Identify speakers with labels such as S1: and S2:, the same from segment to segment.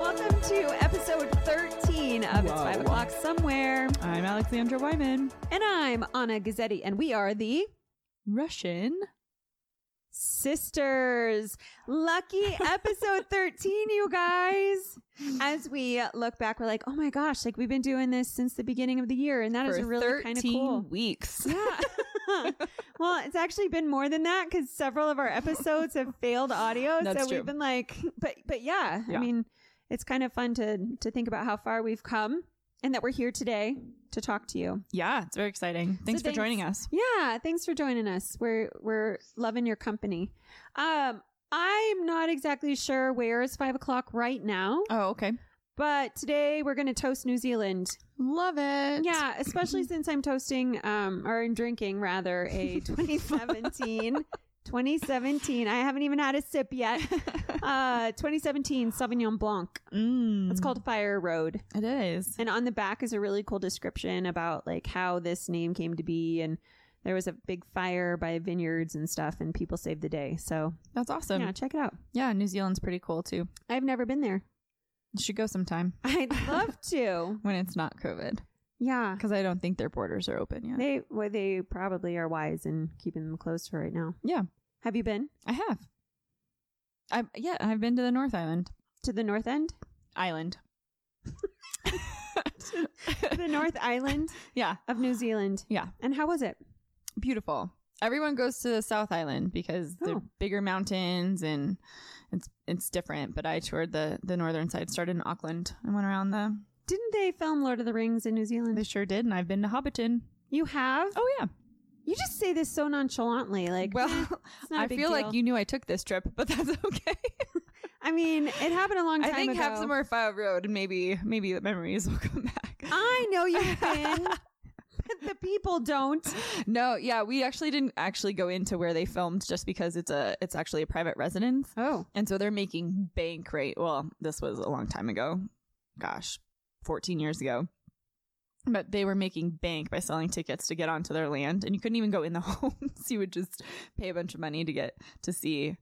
S1: Welcome to episode 13 of It's
S2: Whoa.
S1: 5 O'Clock Somewhere.
S2: I'm Alexandra Wyman.
S1: And I'm Anna Gazzetti, and we are the
S2: Russian.
S1: sisters. Lucky episode 13, you guys. As we look back, we're like, oh my gosh, like we've been doing this since the beginning of the year, and that is really kind of cool.
S2: weeks.
S1: Yeah. well, it's actually been more than that because several of our episodes have failed audio.
S2: That's
S1: so
S2: true.
S1: we've been like, but but yeah, I
S2: Yeah.
S1: mean, it's kind of fun to to think about how far we've come and that we're here today to talk to you.
S2: Yeah, it's very exciting. Thanks for
S1: thanks.
S2: joining us.
S1: Yeah, thanks for joining us. We're we're loving your company. Um, I'm not exactly sure where is five o'clock right now,
S2: Oh, okay.
S1: but today we're gonna toast New Zealand.
S2: Love it.
S1: Yeah, especially since I'm toasting um or I'm drinking rather a 2017 2017. I haven't even had a sip yet. Uh 2017 Sauvignon Blanc.
S2: Mm,
S1: It's called Fire Road.
S2: It is.
S1: And on the back is a really cool description about like how this name came to be and there was a big fire by vineyards and stuff and people saved the day. So,
S2: That's awesome.
S1: yeah,
S2: Yeah.
S1: check it out.
S2: New Zealand's pretty cool too.
S1: I've never been there.
S2: You should go sometime
S1: I'd love to.
S2: when it's not COVID
S1: Yeah.
S2: because I don't think their borders are open yet.
S1: They well, they probably are wise in keeping them closed for right now.
S2: yeah,
S1: Have you been
S2: I have. I yeah, I've been to the North Island.
S1: to the North End?
S2: Island.
S1: the North Island
S2: yeah,
S1: of New Zealand.
S2: yeah.
S1: And how was it?
S2: beautiful. Everyone goes to the South Island because they're
S1: Oh.
S2: bigger mountains and it's it's different. But I toured the the northern side, started in Auckland and went around the.
S1: Didn't they film Lord of the Rings in New Zealand?
S2: They sure did, and I've been to Hobbiton.
S1: you have?
S2: Oh yeah.
S1: You just say this so nonchalantly. Like, eh,
S2: well,
S1: it's not a
S2: I
S1: big
S2: feel like
S1: deal.
S2: you knew I took this trip, but that's okay.
S1: I mean, it happened a long
S2: I
S1: time
S2: think
S1: ago.
S2: have some more five road, and maybe maybe the memories will come back.
S1: I know you've been, but the people don't.
S2: no, yeah, we actually didn't actually go into where they filmed, just because it's a it's actually a private residence.
S1: Oh,
S2: And so they're making bank rate. Well, this was a long time ago. Gosh, 14 years ago. But they were making bank by selling tickets to get onto their land. And you couldn't even go in the homes. You would just pay a bunch of money to get to see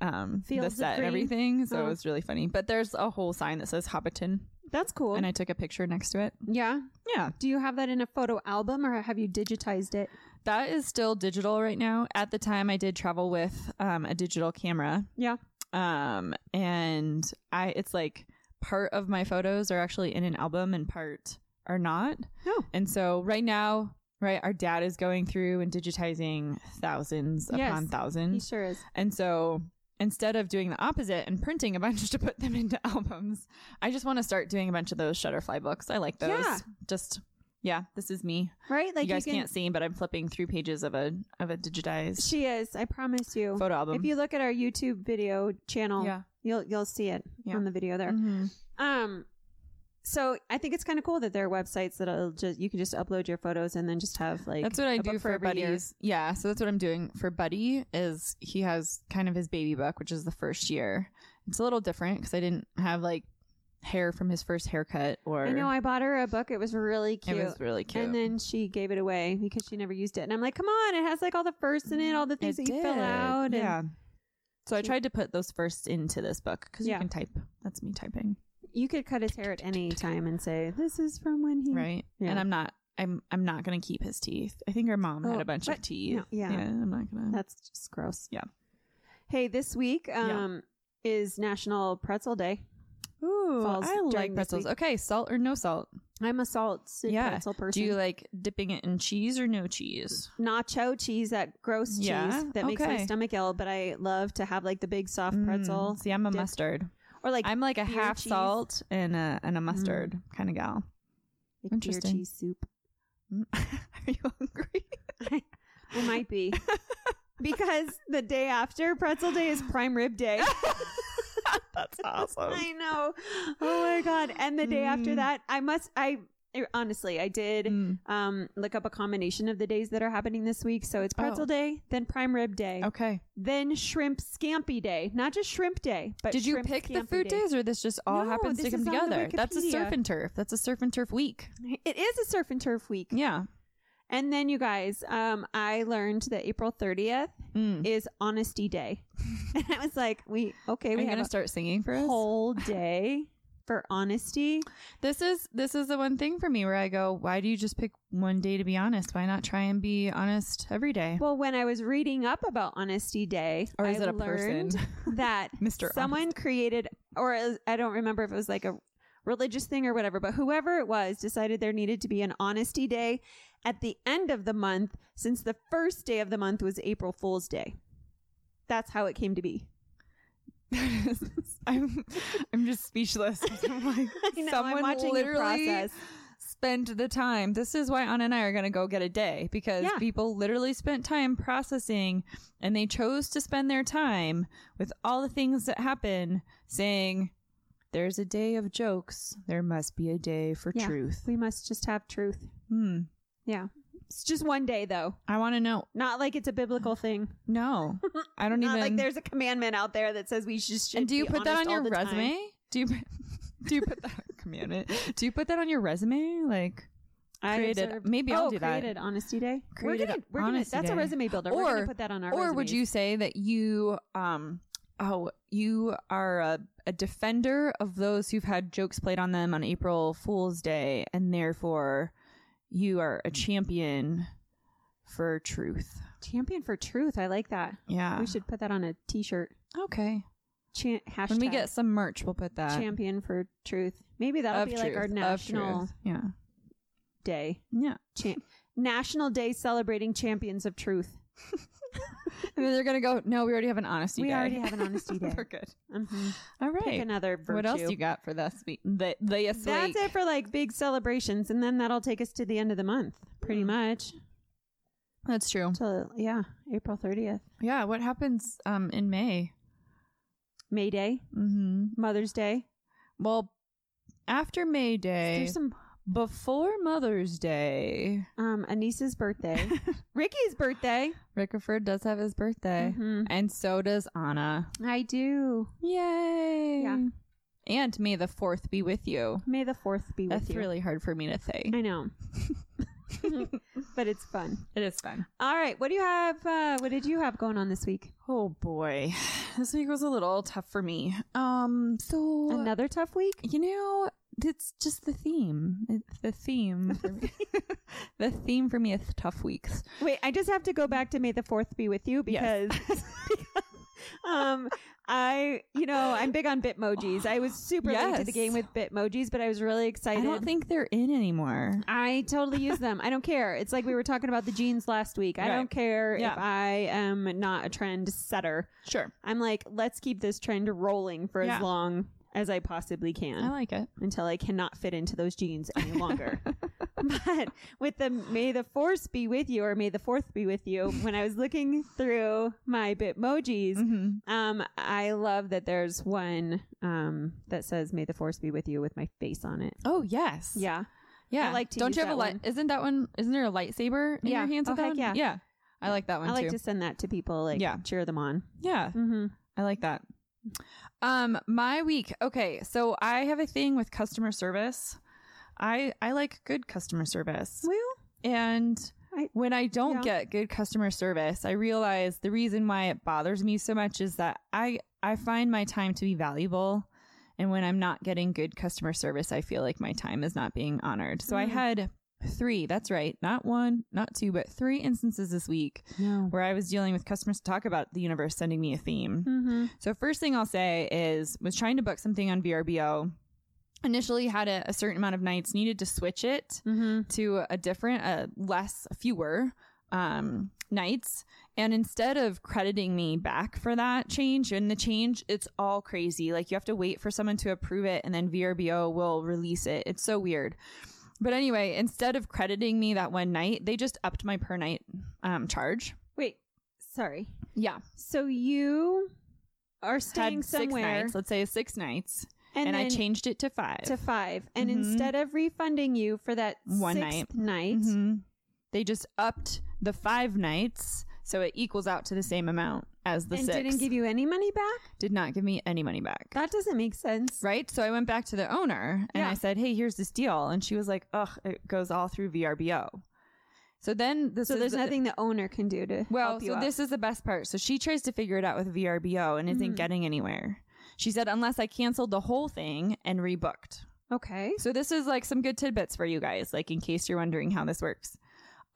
S2: um, the
S1: Fields of
S2: set and
S1: green.
S2: everything. So
S1: Oh.
S2: it was really funny. But there's a whole sign that says Hobbiton.
S1: that's cool.
S2: And I took a picture next to it.
S1: yeah.
S2: Yeah.
S1: Do you have that in a photo album or have you digitized it?
S2: That is still digital right now. At the time, I did travel with um, a digital camera.
S1: Yeah.
S2: um and i it's like part of my photos are actually in an album and part are not
S1: No.
S2: and so right now right our dad is going through and digitizing thousands
S1: Yes.
S2: upon
S1: He
S2: thousands
S1: sure is.
S2: and so instead of doing the opposite and printing a bunch to put them into albums i just want to start doing a bunch of those shutterfly books i like those
S1: Yeah.
S2: just yeah this is me
S1: Right? Like
S2: you guys
S1: can,
S2: can't see but i'm flipping through pages of a of a digitized
S1: She is. I promise you.
S2: photo album
S1: If you look at our YouTube video channel,
S2: Yeah.
S1: you'll you'll see it
S2: Yeah.
S1: on the video there.
S2: Mhm.
S1: Um, so I think it's kind of cool that there are websites that'll just you can just upload your photos and then just have like
S2: that's what I
S1: a
S2: do
S1: book
S2: for
S1: every year.
S2: buddies. Yeah, so that's what I'm doing for Buddy is he has kind of his baby book, which is the first year. It's a little different because I didn't have like hair from his first haircut or
S1: I know I bought her a book. It was really
S2: it
S1: cute.
S2: was really cute.
S1: And then she gave it away because she never used it. And I'm like, come on, it has like all the firsts in it, all the things
S2: Mm-hmm. It
S1: that you fill
S2: did,
S1: out. and-
S2: Yeah. So I
S1: Cute.
S2: tried to put those first into this book because
S1: Yeah.
S2: you can type. That's me typing,
S1: you could cut his hair at any time and say, This is from when he
S2: right?
S1: Yeah.
S2: And I'm not. I'm. I'm not gonna keep his teeth. I think our mom
S1: Oh,
S2: had a bunch
S1: what?
S2: of teeth.
S1: No, yeah.
S2: I'm not gonna.
S1: That's just gross.
S2: Yeah.
S1: Hey, this week
S2: Yeah.
S1: um is National Pretzel Day.
S2: Ooh,
S1: falls
S2: I
S1: during
S2: like
S1: this
S2: pretzels.
S1: week.
S2: Okay, salt or no salt?
S1: I'm a salt and pretzel person.
S2: Do you like dipping it in cheese or no cheese?
S1: nacho cheese, that gross
S2: Yeah?
S1: cheese that makes my
S2: Okay.
S1: stomach ill, but I love to have like the big soft
S3: Mm,
S1: pretzel.
S2: See, I'm a
S1: dip.
S2: mustard.
S1: Or like,
S2: I'm like a
S1: beer
S2: half
S1: cheese. Mm.
S2: salt and a and a mustard kind of gal.
S1: like beer
S2: interesting.
S1: cheese soup.
S2: Mm. Are you hungry?
S1: I might be. because the day after pretzel day is prime rib day.
S2: That's awesome.
S1: I know. Oh my god. And the day after
S2: Mm.
S1: that, I must I er, honestly, I did
S2: Mm,
S1: um look up a combination of the days that are happening this week. So it's pretzel
S2: Oh.
S1: day, then prime rib day,
S2: Okay.
S1: then shrimp scampi day. Not just shrimp day, but
S3: Did you
S1: shrimp
S3: pick the
S1: scampi
S3: food
S1: day.
S3: days, or this just all
S1: No,
S3: happens to
S1: this
S3: come
S1: is on the
S3: together? That's a surf
S1: Wikipedia.
S3: and turf. That's a surf and turf week.
S1: It is a surf and turf week.
S2: Yeah.
S1: And then you guys, um, I learned that April 30th
S2: Mm.
S1: is honesty day. and I was like, we okay,
S2: Are
S1: we
S2: you
S1: have
S2: gonna
S1: a
S2: start singing for us?
S1: whole day for honesty.
S2: This is
S3: This is the one thing for me where I go, why do you just pick one day to be honest? Why not try and be honest every day?
S1: Well, when I was reading up about honesty day,
S2: or is
S1: I
S2: it a
S1: learned
S2: person?
S1: that
S2: Mr.
S1: someone created or as- I don't remember if it was like a religious thing or whatever, but whoever it was decided there needed to be an honesty day at the end of the month since the first day of the month was April Fool's Day. That's how it came to be.
S2: I'm I'm just speechless. I'm like,
S1: I know,
S2: someone
S1: I'm watching you
S2: literally
S1: process.
S2: spend the time. This is why Anna and I are going to go get a day because
S1: Yeah.
S2: people literally spent time processing and they chose to spend their time with all the things that happen saying, there's a day of jokes. There must be a day for
S1: Yeah.
S2: truth.
S1: We must just have truth.
S2: Hmm.
S1: Yeah. It's just one day though.
S2: I want to know.
S1: Not like it's a biblical thing.
S2: No, I don't
S1: Not
S2: even.
S1: like there's a commandment out there that says we just should
S2: and do you
S1: be
S2: put that
S1: honest
S2: on your
S1: all the time.
S2: resume? Do you do you put that come on it? Do you put that on your resume? Like
S1: I
S2: Created-
S1: observed-
S2: maybe I'll
S1: oh,
S2: do that.
S1: Created honesty day.
S2: Created
S1: we're gonna, we're gonna,
S2: Honesty
S1: that's
S2: Day.
S1: a resume builder. we're
S2: Or-
S1: gonna put that on our.
S2: or would you
S1: resumes.
S2: say that you um oh you are a, a defender of those who've had jokes played on them on april fool's day and therefore you are a champion for truth
S1: champion for truth? I like that.
S2: yeah
S1: We should put that on a T-shirt.
S2: okay
S1: Chan- hashtag
S2: when we get some merch we'll put that
S1: champion for truth. Maybe that'll
S2: of
S1: be
S2: truth,
S1: like our
S2: of
S1: national
S2: truth. yeah
S1: day.
S2: yeah
S1: Cha- national day celebrating champions of truth.
S2: and then they're gonna go no we already have an honesty
S1: we
S2: day
S1: already have an honesty day.
S2: we're good
S1: Mhm.
S2: all
S1: Pick
S2: right
S1: another virtue.
S2: what else you got for this week the, the
S1: That's it for like big celebrations, and then that'll take us to the end of the month, pretty
S2: Hmm.
S1: much.
S2: that's true
S1: Till yeah, April thirtieth,
S2: yeah what happens um in may
S1: May Day,
S2: mm-hmm
S1: Mother's Day.
S2: Well, after May Day,
S1: There's some
S2: before Mother's Day,
S1: um Anissa's birthday, Ricky's birthday.
S2: Rickerford does have his birthday,
S1: Mhm.
S2: and so does Anna.
S1: I do.
S2: Yay!
S1: Yeah.
S2: And may the fourth be with you.
S1: May the fourth be with
S2: That's
S1: you.
S2: really hard for me to say.
S1: I know, but it's fun.
S2: It is fun.
S1: All right, what do you have? Uh, what did you have going on this week?
S2: Oh boy, this week was a little tough for me. Um, so
S1: Another tough week.
S2: you know, it's just the theme. It's the theme. For me. the theme for me is tough weeks.
S1: Wait, I just have to go back to May the Fourth be with you because,
S2: Yes.
S1: um, I you know I'm big on Bitmojis. I was super late to the
S2: Yes.
S1: game with Bitmojis, but I was really
S2: I
S1: excited.
S2: don't think they're in anymore.
S1: I totally use them. I don't care. It's like we were talking about the jeans last week. I
S2: Right.
S1: don't care
S2: Yeah.
S1: if I am not a trend setter.
S2: Sure,
S1: I'm like, let's keep this trend rolling for
S2: Yeah.
S1: as long as I possibly can
S2: I like it.
S1: until I cannot fit into those jeans any longer. but with the May the Force be with you or May the Fourth be with you, when I was looking through my Bitmojis,
S2: Mm-hmm.
S1: um, I love that there's one um, that says May the Force be with you with my face on it.
S2: Oh yes.
S1: Yeah.
S2: Yeah.
S1: I like to
S2: Don't
S1: use
S2: you have
S1: that
S2: a light?
S1: one.
S2: Isn't that one? Isn't there a lightsaber in
S1: Yeah.
S2: your hands?
S1: Oh,
S2: with that
S1: heck
S2: one?
S1: yeah.
S2: yeah. I like that one
S1: I like
S2: too.
S1: to send that to people, like
S2: Yeah.
S1: cheer them on.
S2: yeah,
S1: Mm-hmm.
S2: I like that. Um, my week. Okay, so I have a thing with customer service. I I like good customer service,
S1: Well,
S2: and
S1: I-
S2: when I don't
S1: yeah.
S2: get good customer service, I realize the reason why it bothers me so much is that I I find my time to be valuable. And when I'm not getting good customer service, I feel like my time is not being honored. So I
S1: Mm.
S2: had three, that's right, not one, not two, but three instances this week
S1: no.
S2: where I was dealing with customers to talk about the universe sending me a theme.
S1: Mm-hmm.
S2: So first thing I'll say is was trying to book something on VRBO. Initially had a, a certain amount of nights, needed to switch it
S1: Mm-hmm.
S2: to a different, a less, fewer um, nights. And instead of crediting me back for that change and the change, it's all crazy. Like you have to wait for someone to approve it and then VRBO will release it. It's so weird. But anyway, instead of crediting me that one night, they just upped my per night um, charge.
S1: Sorry.
S2: Yeah.
S1: So you are
S2: Had
S1: staying
S2: six
S1: somewhere,
S2: nights. Let's say six nights. And, I
S1: then
S2: changed it to five.
S1: to five, and
S4: Mhm.
S1: instead of refunding you for that
S2: One
S1: sixth night,
S2: Mhm. They just upped the five nights, so it equals out to the same amount as the
S1: and did
S2: six.
S1: didn't give you any money back,
S2: Did not give me any money back.
S1: that doesn't make sense.
S2: right? So I went back to the owner and
S1: Yeah.
S2: I said, "Hey, here's this deal," and she was like, "Ugh, it goes all through VRBO." So then, this
S1: So
S2: is
S1: there's
S2: the-
S1: nothing the owner can do to
S2: Well,
S1: help you
S2: so
S1: out.
S2: this is the best part. So she tries to figure it out with VRBO and isn't
S1: Mhm.
S2: getting anywhere. She said, "Unless I canceled the whole thing and rebooked."
S1: Okay.
S2: So this is like some good tidbits for you guys, like in case you're wondering how this works.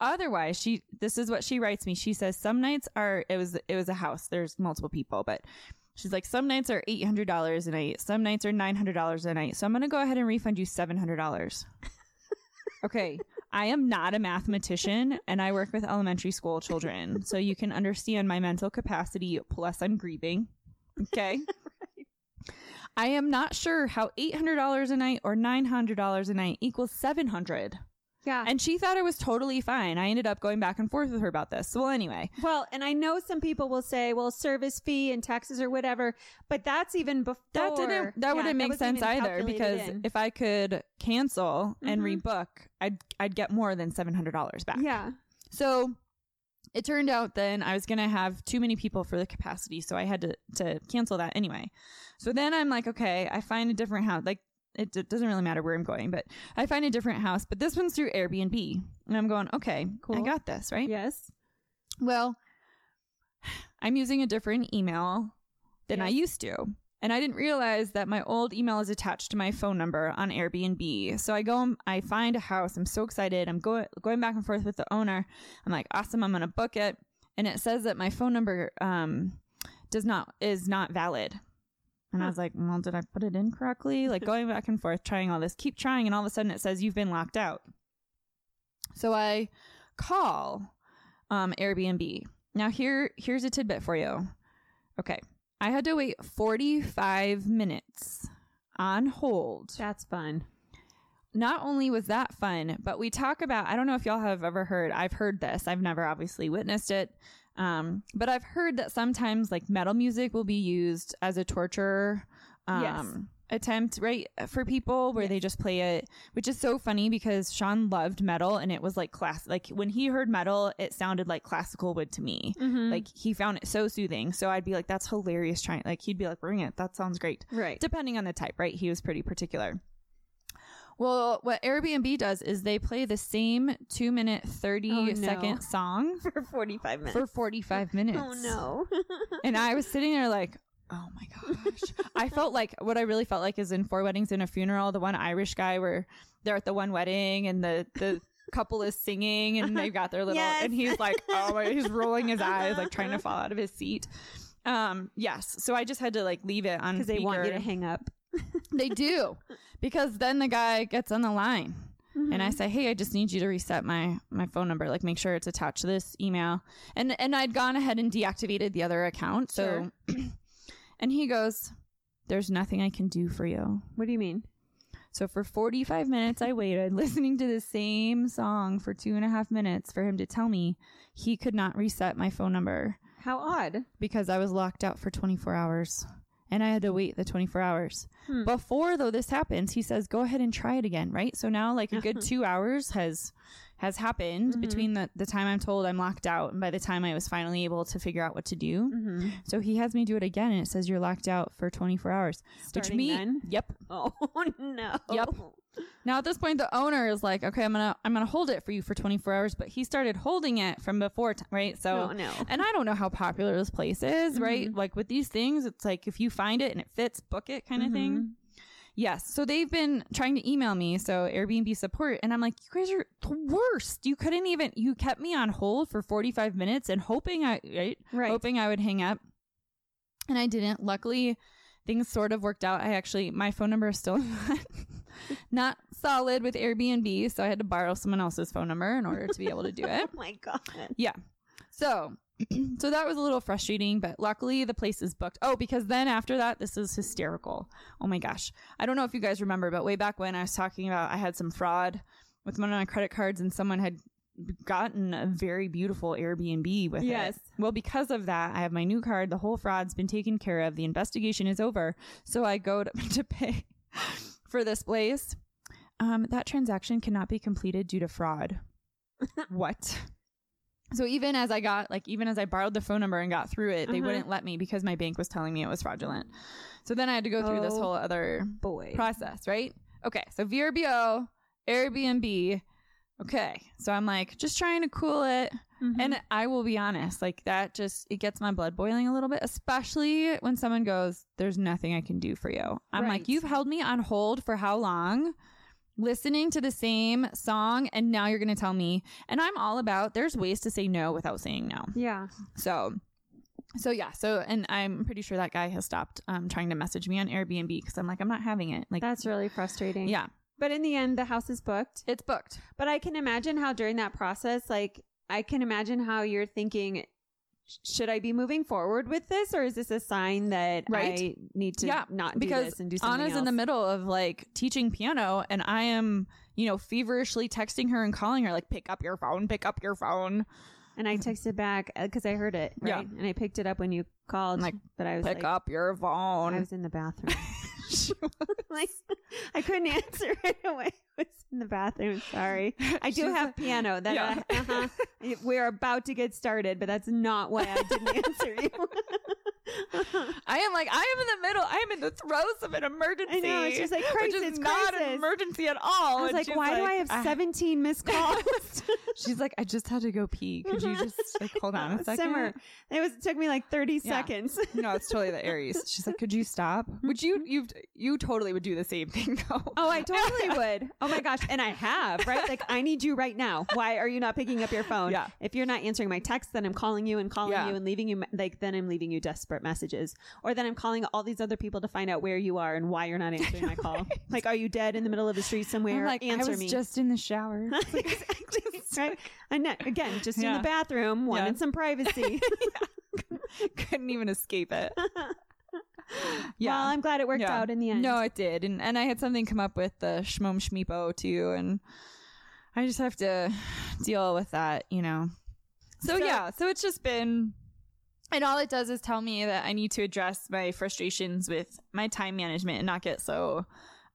S2: Otherwise, she this is what she writes me. She says some nights are it was it was a house. There's multiple people, but she's like some nights are eight hundred dollars a night, some nights are nine hundred dollars a night. So I'm gonna go ahead and refund you seven hundred dollars. okay. I am not a mathematician and I work with elementary school children. So you can understand my mental capacity, plus I'm grieving. Okay. I am not sure how $800 a night or $900 a night equals 700.
S1: Yeah.
S2: And she thought it was totally fine. I ended up going back and forth with her about this. Well, anyway,
S1: Well, and I know some people will say, well, service fee and taxes or whatever, but that's even before.
S2: that didn't that
S1: Yeah,
S2: wouldn't make
S1: wasn't
S2: sense
S1: even
S2: either
S1: calculated
S2: because
S1: in.
S2: if I could cancel and
S1: Mhm.
S2: rebook, I'd I'd get more than $700 back.
S1: yeah,
S2: So it turned out then I was going to have too many people for the capacity, so I had to to cancel that anyway. So then I'm like, okay, I find a different house. Like it, d- doesn't really matter where I'm going, but I find a different house. But this one's through Airbnb, and I'm going, okay, cool, I
S1: Cool.
S2: got this right.
S1: yes,
S2: Well, I'm using a different email than I
S1: Yes.
S2: used to. And I didn't realize that my old email is attached to my phone number on Airbnb. So I go, I find a house. I'm so excited. I'm going going back and forth with the owner. I'm like, awesome. I'm gonna book it. And it says that my phone number um, does not is not valid. And I was like, well, did I put it in correctly? Like going back and forth, trying all this, keep trying, and all of a sudden it says you've been locked out. So I call um, Airbnb. Now here here's a tidbit for you. Okay, I had to wait 45 minutes on hold.
S1: that's fun.
S2: Not only was that fun, but we talk about I don't know if y'all have ever heard. I've heard this. I've never obviously witnessed it. Um, but I've heard that sometimes like metal music will be used as a torture um attempt, right, for people where they just play it, which is so funny because Sean loved metal and it was like class like when he heard metal, it sounded like classical would to me.
S1: Mhm.
S2: Like he found it so soothing. So I'd be like, that's hilarious trying like he'd be like, bring it, that sounds great.
S1: right,
S2: Depending on the type, right? He was pretty particular. Well, what Airbnb does is they play the same two minute thirty
S1: Oh,
S2: second
S1: no.
S2: song
S1: for forty five minutes.
S2: for forty five minutes.
S1: oh no,
S2: And I was sitting there like, oh my gosh. I felt like what I really felt like is in Four Weddings and a Funeral, the one Irish guy where they're at the one wedding and the, the couple is singing and they've got their little,
S1: Yes.
S2: and he's like, oh my, he's rolling his eyes, like trying to fall out of his seat. Um, yes. So I just had to like leave it on
S1: because they want you
S2: speaker.
S1: to hang up.
S2: They do. Because then the guy gets on the line and I say, "Hey, I just need you to reset my my phone number. Like, make sure it's attached to this email." And and I'd gone ahead and deactivated the other account. So, and he goes, "There's nothing I can do for you."
S1: Mm-hmm. What do you mean?
S2: So for 45 minutes, I waited listening to the same song for two and a half minutes for him to tell me he could not reset my phone number
S1: How odd.
S2: because I was locked out for 24 hours and I had to wait the 24 hours.
S1: Hmm.
S2: Before though this happens, he says go ahead and try it again, right? So now like a good 2 hours has has happened
S1: Mm-hmm.
S2: between the, the time I'm told I'm locked out and by the time I was finally able to figure out what to
S1: Mm-hmm.
S2: do. So he has me do it again and it says you're locked out for 24 hours,
S1: Starting
S2: which me
S1: then?
S2: yep.
S1: Oh no.
S2: Yep. Now at this point the owner is like, "Okay, I'm going to I'm going to hold it for you for 24 hours," but he started holding it from before, t- right? So
S1: Oh no.
S2: and I don't know how popular this place is, right? Like with these things, it's like if you find it and it fits, book it kind of
S1: Mm-hmm.
S2: thing. Yes. So they've been trying to email me, so Airbnb support, and I'm like, you guys are the worst. You couldn't even you kept me on hold for 45 minutes and hoping I right,
S1: Right.
S2: hoping I would hang up. And I didn't. Luckily, things sort of worked out. I actually my phone number is still not, not solid with Airbnb, so I had to borrow someone else's phone number in order to be able to do it.
S1: Oh my god.
S2: Yeah. So, so that was a little frustrating, but luckily the place is booked. Oh, because then after that, this is hysterical. Oh my gosh. I don't know if you guys remember, but way back when I was talking about I had some fraud with one of my credit cards and someone had gotten a very beautiful Airbnb with it.
S1: Yes.
S2: Well, because of that, I have my new card. The whole fraud's been taken care of. The investigation is over. So I go to, to pay for this place. Um, that transaction cannot be completed due to fraud. what? So even as I got like even as I borrowed the phone number and got through it, they
S1: Uh-huh.
S2: wouldn't let me because my bank was telling me it was fraudulent. So then I had to go through this
S1: Oh.
S2: whole other
S1: Boy.
S2: process, right? Okay, so VRBO, Airbnb. Okay, so I'm like just trying to cool it.
S1: Mm-hmm.
S2: And I will be honest, like that just it gets my blood boiling a little bit, especially when someone goes, "There's nothing I can do for you." I'm
S1: Right.
S2: like, "You've held me on hold for how long?" Listening to the same song, and now you're going to tell me. And I'm all about there's ways to say no without saying no.
S1: yeah.
S2: So, so yeah. So, and I'm pretty sure that guy has stopped um, trying to message me on Airbnb because I'm like, I'm not having it. Like,
S1: That's really frustrating.
S2: yeah,
S1: But in the end, the house is booked.
S2: it's booked.
S1: But I can imagine how during that process, like, I can imagine how you're thinking, "Sh- should I be moving forward with this? Or is this a sign that I
S2: Right.
S1: need to
S2: Yeah,
S1: not do
S2: because
S1: this and do something
S2: Anna's
S1: else?
S2: in the middle of like teaching piano, and I am, you know, feverishly texting her and calling her like, pick up your phone, pick up your phone,
S1: And I texted back because I heard it,
S2: Yeah.
S1: right? And I picked it up when you called.
S2: I'm like,
S1: but I was like,
S2: pick up your
S1: I
S2: phone.
S1: was in the bathroom.
S2: She
S1: like, I couldn't answer right away. I was in the bathroom. Sorry. I do
S2: She's
S1: have
S2: like-
S1: piano. That
S2: Yeah.
S1: uh, uh-huh. we're about to get started, but that's not why I didn't answer you.
S2: I am like, I am in the middle. I am in the throes of an emergency.
S1: I know. She's like,
S2: which
S1: crisis,
S2: is not an
S1: crisis.
S2: emergency at all.
S1: I was
S2: And
S1: like,
S2: she's
S1: why do I have
S2: "Ah."
S1: 17 missed calls?
S2: She's like, I just had to go pee. Could you just like hold on a second?
S1: Simmer. It was it took me like 30
S2: Yeah.
S1: seconds.
S2: No, it's totally the Aries. She's like, could you stop? Would you you you totally would do the same thing though?
S1: Oh, I totally would. Oh my gosh. And I have, right? Like, I need you right now. Why are you not picking up your phone?
S2: Yeah.
S1: If you're not answering my text, then I'm calling you and calling
S2: Yeah.
S1: you and leaving you, me- like, then I'm leaving you desperate messages. Or then I'm calling all these other people to find out where you are and why you're not answering my call. Like, are you dead in the middle of the street somewhere?
S5: I'm like,
S1: Answer
S5: I was
S1: me.
S5: just in the shower.
S1: exactly. right? And that- again, just in
S2: Yeah.
S1: the bathroom, wanted
S2: Yeah.
S1: some privacy.
S2: couldn't even escape it.
S1: yeah. Well, I'm glad it worked
S2: Yeah.
S1: out in the end.
S2: No, it did. And and I had something come up with the Shmom Shmeepo too, and I just have to deal with that, you know. So,
S1: So-
S2: yeah, so it's just been and all it does is tell me that I need to address my frustrations with my time management and not get so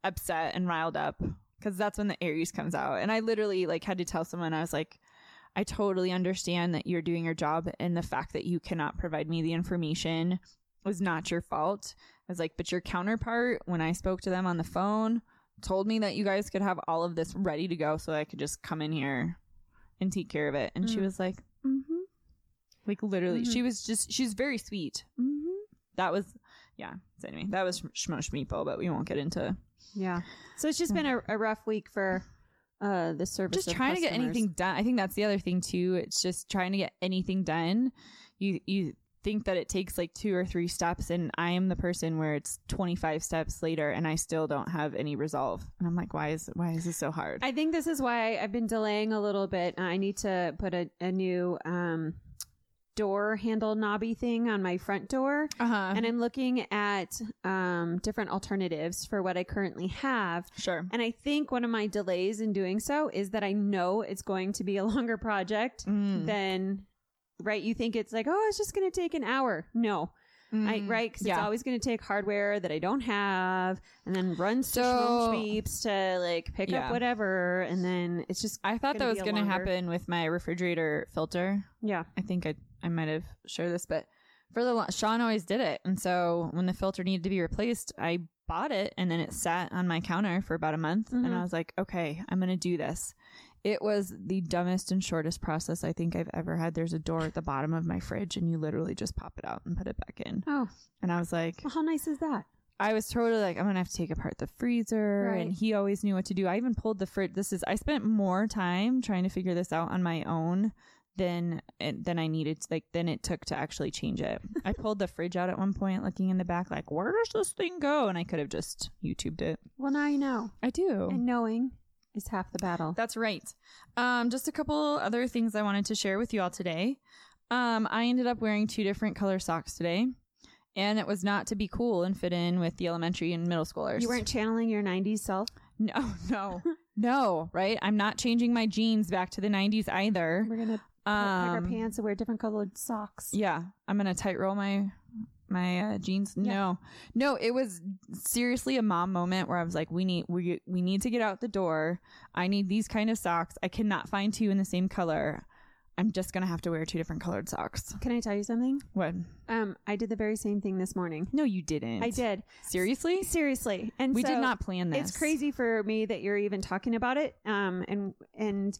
S2: upset and riled up because that's when the Aries comes out. And I literally like had to tell someone I was like I totally understand that you're doing your job and the fact that you cannot provide me the information was not your fault. I was like, but your counterpart, when I spoke to them on the phone, told me that you guys could have all of this ready to go so I could just come in here and take care of it. And she
S1: Mm.
S2: was like, mm hmm. Like, literally,
S1: Mhm.
S2: she was just, she's very sweet. Mm hmm. That was, yeah. So, anyway, that was Shmosh Meepo, but we won't get into
S1: Yeah. So it's just been a, a rough week for uh, the service.
S2: Hmm. just
S1: of
S2: trying to get
S1: customers.
S2: anything done. I think that's the other thing, too. It's just trying to get anything done. You, you, think that it takes like two or three steps and I am the person where it's 25 steps later and I still don't have any resolve. And I'm like, why is why is this so hard?
S1: I think this is why I've been delaying a little bit. I need to put a, a new um, door handle knobby thing on my front door.
S2: Uh-huh.
S1: And I'm looking at um, different alternatives for what I currently have.
S2: sure.
S1: And I think one of my delays in doing so is that I know it's going to be a longer project
S2: Mm.
S1: than, right? You think it's like, oh, it's just going to take an hour. No, I,
S2: Mm.
S1: right? Because it's
S2: Yeah.
S1: always going to take hardware that I don't have, and then runs to
S2: So-
S1: sweeps to like pick up
S2: Yeah.
S1: whatever, and then it's just
S2: I thought
S1: gonna
S2: that
S1: be
S2: was
S1: a
S2: going to
S1: longer-
S2: happen with my refrigerator filter.
S1: yeah,
S2: I think I I might have shared this, but for the lo- Sean always did it, and so when the filter needed to be replaced, I bought it, and then it sat on my counter for about a month, and
S1: Mhm.
S2: I was like, okay, I'm going to do this. It was the dumbest and shortest process I think I've ever had. There's a door at the bottom of my fridge, and you literally just pop it out and put it back in.
S1: Oh,
S2: And I was like,
S1: well, how nice is that?
S2: I was totally like, I'm gonna have to take apart the freezer,
S1: Right.
S2: and he always knew what to do. I even pulled the fridge. This is I spent more time trying to figure this out on my own than and- than I needed. Like than it took to actually change it. I pulled the fridge out at one point, looking in the back, like, where does this thing go? And I could have just YouTubed it.
S1: Well, now you know,
S2: I do.
S1: and knowing is half the battle.
S2: That's right. Um, just a couple other things I wanted to share with you all today. Um, I ended up wearing two different color socks today. And it was not to be cool and fit in with the elementary and middle schoolers.
S1: You weren't channeling your '90s self.
S2: No, no, No, right? I'm not changing my jeans back to the 90s either.
S1: We're gonna pack our
S2: Um,
S1: pants and wear different colored socks.
S2: Yeah, I'm gonna tight roll my my uh, jeans.
S1: Yeah.
S2: No, no, it was seriously a mom moment where I was like, we need we we need to get out the door. I need these kind of socks. I cannot find two in the same color. I'm just gonna have to wear two different colored socks.
S1: Can I tell you something?
S2: What?
S1: Um, I did the very same thing this morning.
S2: No, you didn't.
S1: I did
S2: Seriously?
S1: seriously, and
S2: we
S1: so
S2: did not plan this.
S1: It's crazy for me that you're even talking about it. Um, and and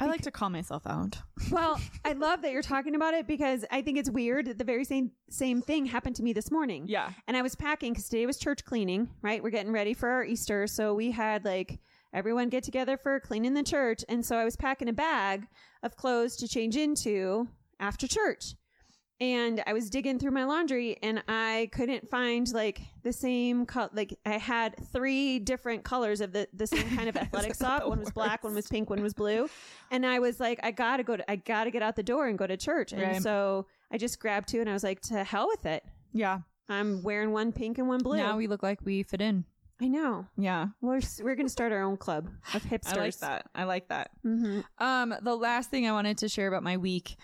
S2: I like to call myself out.
S1: Well, I love that you're talking about it because I think it's weird that the very same same thing happened to me this morning.
S2: Yeah.
S1: And I was packing because today was church cleaning, right? We're getting ready for our Easter, so we had like everyone get together for cleaning the church, and so I was packing a bag of clothes to change into after church. And I was digging through my laundry and I couldn't find like the same color. Like I had three different colors of the, the same kind of athletic sock. One was black, one was pink, one was blue. And I was like, I gotta go to, I gotta get out the door and go to church. And
S2: Right.
S1: so I just grabbed two and I was like, to hell with it.
S2: Yeah.
S1: I'm wearing one pink and one blue.
S2: Now we look like we fit in.
S1: I know.
S2: Yeah.
S1: We're s- we're gonna start our own club of hipsters.
S2: that. I like that.
S1: Mm-hmm.
S2: Um, the last thing I wanted to share about my week.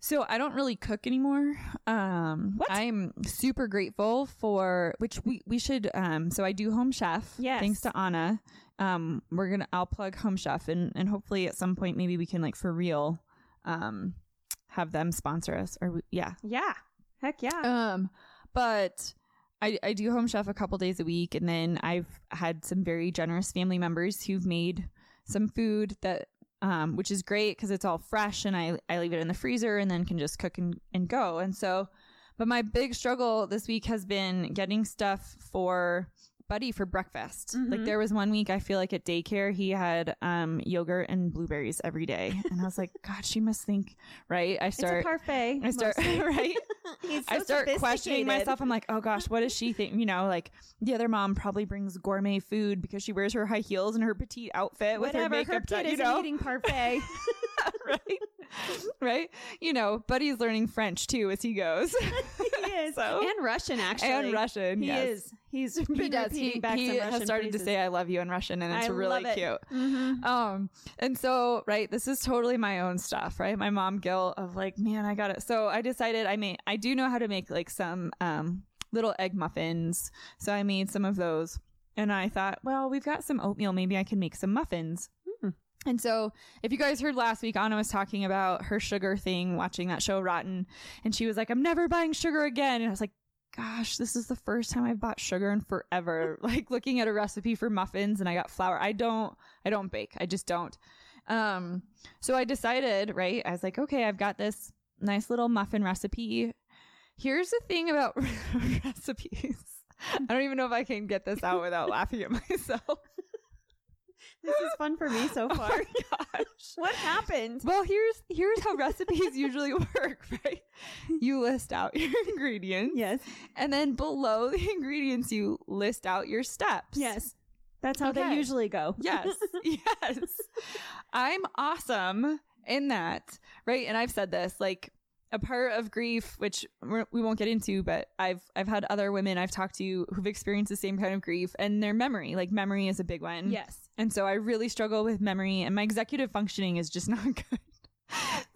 S2: So I don't really cook anymore. Um,
S1: What?
S2: I'm super grateful for which we we should. Um, so I do Home Chef.
S1: Yes.
S2: Thanks to Anna. Um, we're gonna I'll plug Home Chef and and hopefully at some point maybe we can like for real, um, have them sponsor us or we, yeah
S1: Yeah. Heck yeah.
S2: um, but I, I do home chef a couple days a week, and then I've had some very generous family members who've made some food that, um, which is great because it's all fresh, and I I leave it in the freezer and then can just cook and, and go. And so, but my big struggle this week has been getting stuff for Buddy for breakfast. Like
S1: Mhm.
S2: there was one week I feel like at daycare he had um yogurt and blueberries every day, and I was like, God, she must think right. I
S1: it's a
S2: start.
S1: parfait.
S2: I start
S1: mostly.
S2: right.
S1: He's
S2: I
S1: so
S2: start questioning
S1: sophisticated.
S2: myself. I'm like, oh gosh, what does she think? You know, like the other mom probably brings gourmet food because she wears her high heels and her petite outfit with
S1: Whatever.
S2: her makeup
S1: kid
S2: done, you
S1: isn't
S2: know,
S1: eating parfait.
S2: right? right? You know, Buddy's learning French too as he goes.
S1: he is.
S2: So-
S1: and Russian actually.
S2: and Russian.
S1: He
S2: yes.
S1: is. He's been repeating
S2: He,
S1: back
S2: he
S1: some
S2: has
S1: Russian
S2: started to
S1: phrases.
S2: say "I love you" in Russian, and it's
S1: I
S2: really
S1: love it.
S2: cute.
S1: Mhm.
S2: Um, and so, right, this is totally my own stuff, right? My mom guilt of like, man, I got it. So I decided I made, I do know how to make like some um little egg muffins. So I made some of those, and I thought, well, we've got some oatmeal, maybe I can make some muffins. And so, if you guys heard last week, Anna was talking about her sugar thing, watching that show Rotten, and she was like, "I'm never buying sugar again," and I was like. Gosh, this is the first time I've bought sugar in forever. like looking at a recipe for muffins and I got flour. I don't I don't bake. I just don't. Um, so I decided, right? I was like, okay, I've got this nice little muffin recipe. Here's the thing about recipes. I don't even know if I can get this out without laughing at myself.
S1: This is fun for me so
S2: Oh
S1: far.
S2: my gosh.
S1: what happened?
S2: Well, here's here's how recipes usually work, right? You list out your ingredients.
S1: Yes.
S2: And then below the ingredients you list out your steps.
S1: Yes. That's how they
S2: Okay.
S1: usually go.
S2: Yes. Yes. I'm awesome in that. Right. And I've said this like a part of grief, which we're- we won't get into, but I've, I've had other women I've talked to who've experienced the same kind of grief and their memory, like memory is a big one.
S1: Yes.
S2: And so I really struggle with memory and my executive functioning is just not good.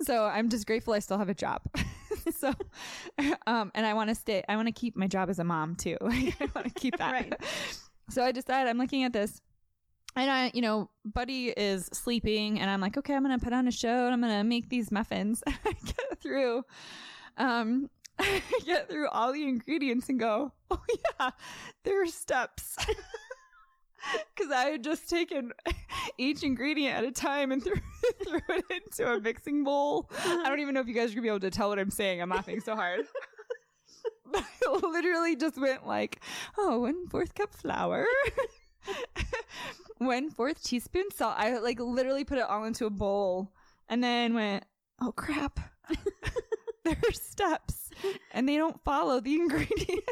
S2: So I'm just grateful I still have a job. so, um, and I want to stay, I want to keep my job as a mom too. Like, I want to keep that.
S1: Right.
S2: So I decided I'm looking at this and I, you know, Buddy is sleeping and I'm like, okay, I'm going to put on a show and I'm going to make these muffins. I get through, um, I get through all the ingredients and go, oh yeah, there are steps. Because I had just taken each ingredient at a time and threw, threw it into a mixing bowl. I don't even know if you guys are gonna be able to tell what I'm saying. I'm laughing so hard. But I literally just went like, oh, one fourth cup flour, one fourth teaspoon salt. I like literally put it all into a bowl and then went, oh crap, there are steps and they don't follow the ingredients.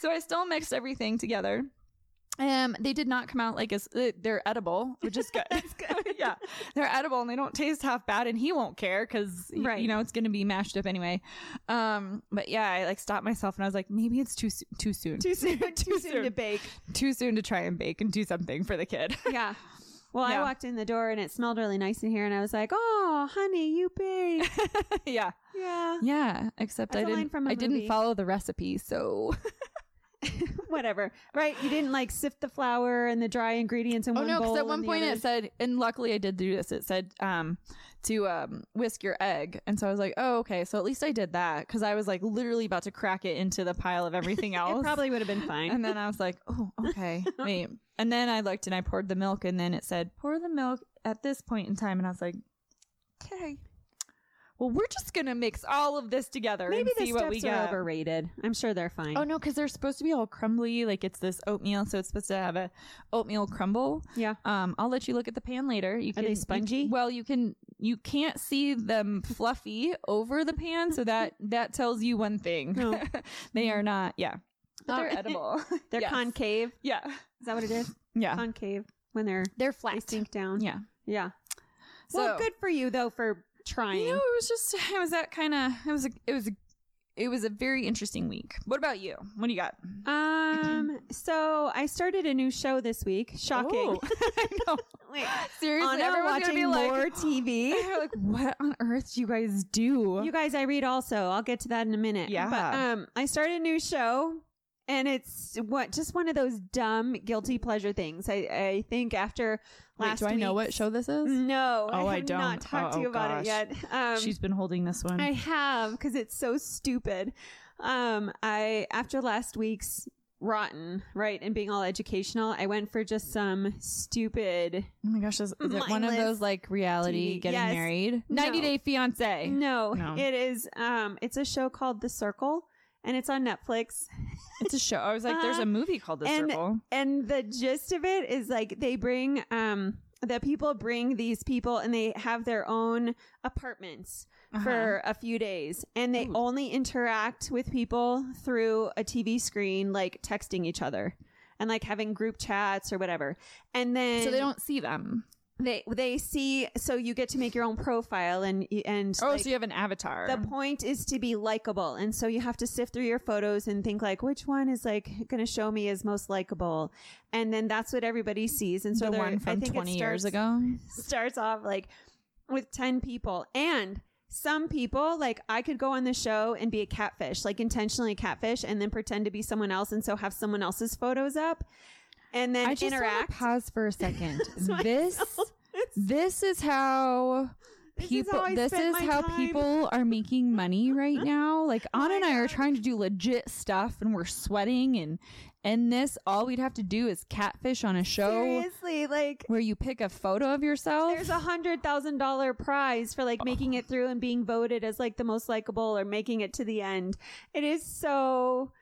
S2: so I still mixed everything together. Um, they did not come out like as uh, they're edible, which is good. yeah, they're edible and they don't taste half bad, and he won't care because
S1: Right.
S2: you know it's going to be mashed up anyway. Um, but yeah, I like stopped myself and I was like, maybe it's too soo- too soon,
S1: Too soon. Too, soon
S2: soon.
S1: to bake.
S2: too soon to try and bake and do something for the kid.
S1: Yeah. Well, I
S2: Yeah.
S1: walked in the door and it smelled really nice in here, and I was like, "Oh, honey, you bake."
S2: yeah,
S1: yeah.
S2: yeah. Except
S1: That's a
S2: I
S1: line
S2: didn't.
S1: from a
S2: I
S1: movie.
S2: didn't follow the recipe, so
S1: Whatever. Right? You didn't like sift the flour and the dry ingredients in
S2: Oh
S1: one
S2: no,
S1: bowl.
S2: because at
S1: and
S2: one
S1: the
S2: point
S1: other-
S2: it said, and luckily I did do this. It said um, to um, whisk your egg, and so I was like, oh okay. So at least I did that because I was like literally about to crack it into the pile of everything else.
S1: it probably would have been fine.
S2: And then I was like, oh okay, wait. And then I looked and I poured the milk, and then it said pour the milk at this point in time, and I was like, okay. Well, we're just gonna mix all of this together
S1: Maybe the
S2: and see what we
S1: steps are
S2: get.
S1: overrated. I'm sure they're fine.
S2: Oh no, because they're supposed to be all crumbly. Like it's this oatmeal, so it's supposed to have a oatmeal crumble.
S1: Yeah.
S2: Um, I'll let you look at the pan later. You
S1: Are
S2: can,
S1: they
S2: you-
S1: spongy?
S2: well, you can you can't see them fluffy over the pan, so that that tells you one thing.
S1: No.
S2: they are not. Yeah,
S1: Oh.
S2: but
S1: All
S2: they're
S1: right.
S2: edible.
S1: They're
S2: Yes.
S1: concave.
S2: Yeah,
S1: Is that what it is?
S2: yeah,
S1: Concave when they're
S2: they're
S1: they
S2: flat.
S1: sink down.
S2: Yeah.
S1: Yeah.
S2: So
S1: well, good for you though for trying.
S2: You know, it was just it was that kind of it was a, it was a, it was a very interesting week. What about you? What do you got?
S1: um. So I started a new show this week. Shocking.
S2: Oh. I know.
S1: Wait.
S2: Seriously,
S1: Anna
S2: everyone's gonna
S1: watching
S2: be
S1: more TV.
S2: like, They're like, what on earth do you guys do?
S1: You guys, I read also. I'll get to that in a minute.
S2: Yeah.
S1: But um, I started a new show, and it's what just one of those dumb guilty pleasure things. I I think after last
S2: do I know what
S1: week's-
S2: show this is?
S1: No,
S2: Oh,
S1: I
S2: I
S1: have not
S2: don't.
S1: talked to
S2: Oh,
S1: you about it
S2: gosh.
S1: yet. Um,
S2: She's been holding this one.
S1: I have because it's so stupid. Um, I after last week's rotten right and being all educational, I went for just some stupid.
S2: oh my gosh, is, is it one of
S1: Mindless
S2: those like reality
S1: TV.
S2: getting
S1: Yes.
S2: married?
S1: No.
S2: 90 Day Fiance.
S1: No,
S2: No.
S1: it is. Um, it's a show called The Circle, and it's on Netflix.
S2: It's a show. I was like, there's
S1: Uh,
S2: a movie called The
S1: and-
S2: Circle.
S1: and the gist of it is like they bring um the people bring these people and they have their own apartments
S2: Uh-huh.
S1: for a few days and they only interact with people through a TV screen like texting each other and like having group chats or whatever and then
S2: So they don't see them.
S1: they they see so you get to make your own profile and and
S2: Oh,
S1: like,
S2: so you have an avatar.
S1: the point is to be likable. And so you have to sift through your photos and think like which one is like going to show me as most likable. And then that's what everybody sees. And so
S2: The
S1: there-
S2: one
S1: I
S2: from
S1: think it
S2: 20 years
S1: starts-
S2: ago.
S1: starts off like with 10 people and some people like I could go on the show and be a catfish, like intentionally catfish and then pretend to be someone else and so have someone else's photos up and then
S2: I just wanna
S1: interact.
S2: pause for a second.
S1: what I
S2: this this is how
S1: This is
S2: people
S1: how I
S2: this
S1: spent
S2: is
S1: my
S2: how
S1: time. Oh
S2: people are making money right now. Like Anna and I are trying to do legit stuff and we're sweating and and this all we'd have to do is catfish on a show
S1: Seriously, like
S2: where you pick a photo of yourself.
S1: There's a hundred thousand dollar prize for like making it through and being voted as like the most likable or making it to the end. It is so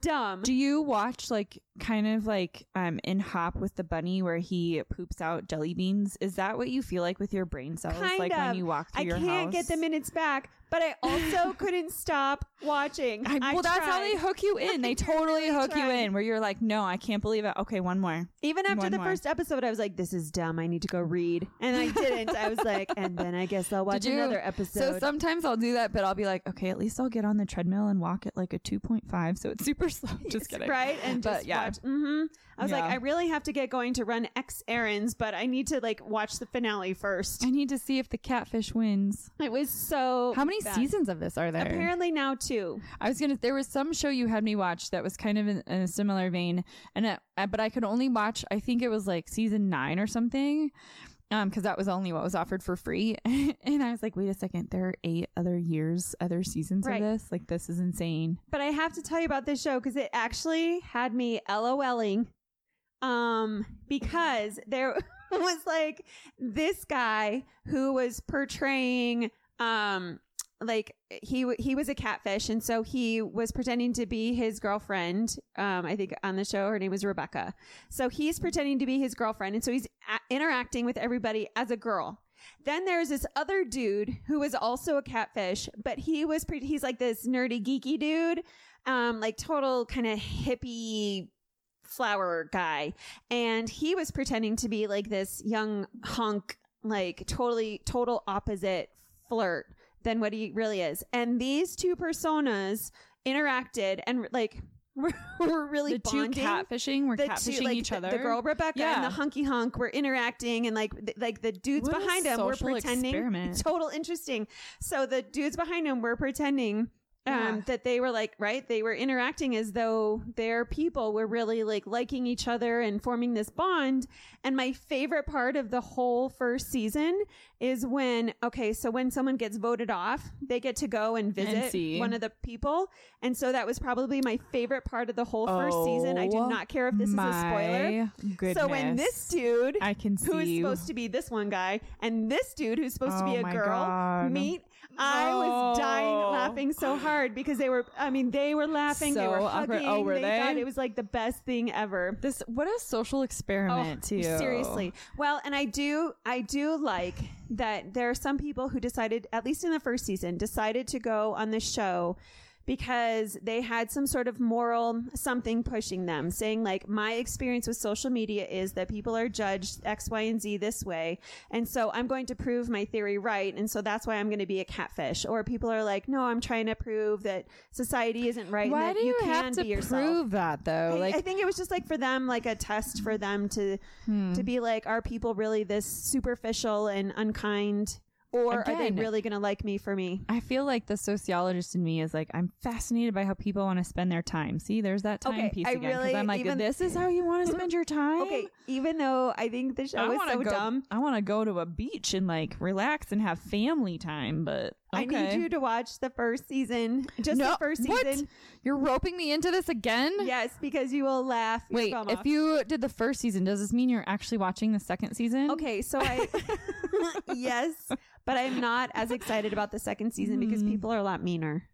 S1: dumb.
S2: do you watch like kind of like um in Hop with the Bunny where he poops out jelly beans? Is that what you feel like with your brain cells
S1: Kind
S2: like
S1: of.
S2: when you walk through
S1: I
S2: your
S1: can't
S2: house?
S1: get the minutes back, but I also couldn't stop watching.
S2: I,
S1: I
S2: well, that's how they
S1: tried.
S2: hook you in. They totally hook you
S1: tried.
S2: in, where you're like, "No, I can't believe it." Okay, one more.
S1: Even after
S2: One
S1: the
S2: more.
S1: first episode, I was like, "This is dumb. I need to go read," and I didn't. I was like, "And then I guess I'll watch
S2: Did you-
S1: another episode."
S2: So sometimes I'll do that, but I'll be like, okay, at least I'll get on the treadmill and walk at like a 2.5, so it's super slow. Just kidding.
S1: Right? And
S2: But,
S1: just
S2: yeah.
S1: watch. hmm I was
S2: Yeah.
S1: like, I really have to get going to run X errands, but I need to like watch the finale first.
S2: I need to see if the catfish wins.
S1: It was so.
S2: How many
S1: bad.
S2: seasons of this are there?
S1: Apparently now two.
S2: I was gonna. There was some show you had me watch that was kind of in, in a similar vein, and it, uh, but I could only watch. I think it was like season nine or something, um, because that was only what was offered for free. and I was like, wait a second, there are eight other years, other seasons
S1: Right.
S2: of this. Like this is insane.
S1: But I have to tell you about this show because it actually had me LOLing. Um, because there was like this guy who was portraying, um, like he w- he was a catfish, and so he was pretending to be his girlfriend. Um, I think on the show her name was Rebecca. So he's pretending to be his girlfriend, and so he's a- interacting with everybody as a girl. Then there's this other dude who was also a catfish, but he was pretty, he's like this nerdy geeky dude, um, like total kind of hippie flower guy and he was pretending to be like this young hunk like totally total opposite flirt than what he really is and these two personas interacted and like were, were really
S2: the two
S1: bonding
S2: catfishing were
S1: the
S2: catfishing
S1: two, like,
S2: each
S1: the-
S2: other.
S1: The girl Rebecca and
S2: Yeah.
S1: the hunky hunk were interacting, and like th- like the dudes
S2: What a
S1: behind him were
S2: social
S1: pretending.
S2: experiment.
S1: Total interesting. So the dudes behind him were pretending. Um,
S2: Yeah.
S1: That they were like, right? They were interacting as though their people were really like liking each other and forming this bond. And my favorite part of the whole first season is when, okay, so when someone gets voted off, they get to go and visit
S2: see.
S1: one of the people. And so that was probably my favorite part of the whole first season. I do
S2: Oh
S1: not care if this is a spoiler.
S2: Goodness.
S1: So when this dude,
S2: I can see
S1: who is supposed to be this one guy, and this dude who's supposed to
S2: Oh
S1: be a
S2: my
S1: girl
S2: God.
S1: meet, I was dying
S2: No.
S1: laughing so hard because they were. I mean, they were laughing. they
S2: So
S1: were
S2: awkward.
S1: hugging.
S2: Oh, were they?
S1: thought it was like the best thing ever.
S2: this what a social experiment
S1: Oh,
S2: too.
S1: Seriously. Well, and I do I do like that there are some people who decided, at least in the first season, decided to go on the show because they had some sort of moral something pushing them saying like my experience with social media is that people are judged x y and z this way and so i'm going to prove my theory right and so that's why i'm going to be a catfish or people are like no i'm trying to prove that society isn't right
S2: Why
S1: and that
S2: do you,
S1: can
S2: have to
S1: be yourself
S2: prove that though?
S1: I,
S2: like
S1: I think it was just like for them, like a test for them to
S2: Hmm.
S1: to be like, are people really this superficial and unkind, or are
S2: Again.
S1: they really going to like me for me?
S2: I feel like the sociologist in me is like, I'm fascinated by how people want to spend their time. See, there's that time
S1: Okay,
S2: piece
S1: I
S2: again. 'cause
S1: really-
S2: I'm like,
S1: even-
S2: this is how you want to spend your time.
S1: Okay, even though I think the show
S2: I
S1: is
S2: want to
S1: so
S2: go.
S1: dumb,
S2: I want to go to a beach and like relax and have family time. But
S1: I need you to watch the first season, just the first
S2: what?
S1: season.
S2: You're roping me into this again.
S1: Yes, because you will laugh. your
S2: Wait,
S1: bum
S2: if
S1: off.
S2: you did the first season, does this mean you're actually watching the second season?
S1: Okay, so I yes, but I'm not as excited about the second season because
S2: Hmm.
S1: people are a lot meaner.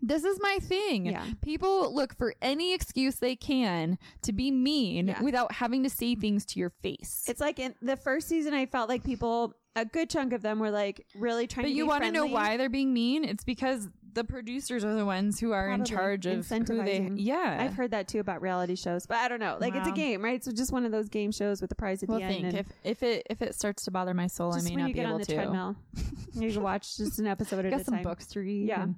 S2: This is my thing.
S1: Yeah.
S2: People look for any excuse they can to be mean
S1: Yeah.
S2: without having to say things to your face.
S1: It's like in the first season, I felt like people, a good chunk of them were like really trying
S2: But
S1: to
S2: you
S1: want
S2: want to know why they're being mean? It's because the producers are the ones who are in
S1: Probably.
S2: charge of who they.
S1: Incentivizing.
S2: Yeah,
S1: I've heard that too about reality shows, but I don't know. Like it's a
S2: Wow.
S1: game, right? So just one of those game shows with the prize at
S2: Well,
S1: the end.
S2: think
S1: and
S2: if if it if it starts to bother my soul,
S1: just
S2: I may
S1: when
S2: not
S1: you
S2: be
S1: get
S2: able
S1: on the
S2: to.
S1: treadmill, you can watch just an episode at
S2: Got
S1: a
S2: some
S1: time.
S2: books to read.
S1: Yeah.
S2: and-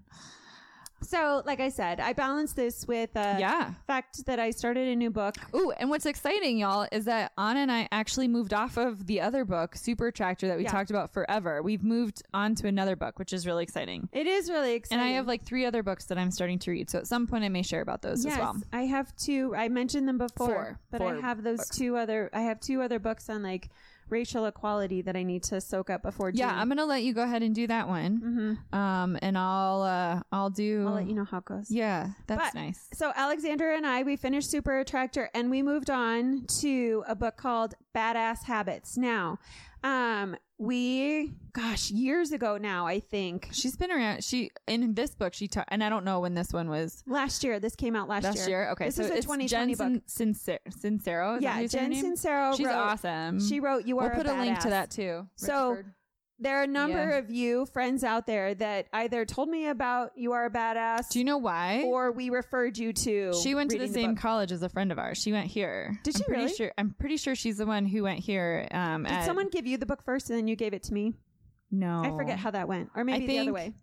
S1: So, like I said, I balance this with uh,
S2: yeah.
S1: fact that I started a new book.
S2: Ooh, and what's exciting, y'all, is that Anna and I actually moved off of the other book, Super Attractor, that we
S1: Yeah.
S2: talked about forever. We've moved on to another book, which is really exciting.
S1: It is really
S2: And
S1: exciting.
S2: I have like three other books that I'm starting to read. So at some point, I may share about those
S1: yes,
S2: as well.
S1: I have two. I mentioned them before,
S2: Four.
S1: but I
S2: Four
S1: have those two other. I have two other books on like racial equality that I need to soak up before.
S2: Yeah,
S1: June.
S2: I'm gonna let you go ahead and do that one.
S1: Mm-hmm.
S2: Um, and I'll uh, I'll do.
S1: I'll let you know how it goes.
S2: Yeah, that's
S1: But-
S2: nice.
S1: So Alexander and I, we finished Super Attractor, and we moved on to a book called Badass Habits. Now, um, we, gosh, years ago now, I think
S2: She's been around. She in this book she ta- and I don't know when this one was
S1: last year. This came out last,
S2: last, year. Okay,
S1: This
S2: so
S1: is a
S2: it's
S1: 2020
S2: Jen
S1: book.
S2: Sin- Sincer- Sincero. is that how
S1: Yeah,
S2: you say her
S1: Jen
S2: name?
S1: Sincero.
S2: She's
S1: wrote,
S2: awesome.
S1: She wrote "You Are."
S2: we'll put a, link to
S1: Badass."
S2: that too.
S1: So-
S2: Richard.
S1: There are a number
S2: Yeah.
S1: of you friends out there that either told me about "You Are a Badass"
S2: do you know why?
S1: or we referred you to.
S2: she went to the
S1: reading
S2: same
S1: book.
S2: college as a friend of ours. She went here.
S1: Did
S2: I'm
S1: she
S2: pretty
S1: really?
S2: Sure, I'm pretty sure she's the one who went here. Um,
S1: Did
S2: at-
S1: someone give you the book first and then you gave it to me?
S2: No,
S1: I forget how that went, or maybe the other
S2: think-
S1: way.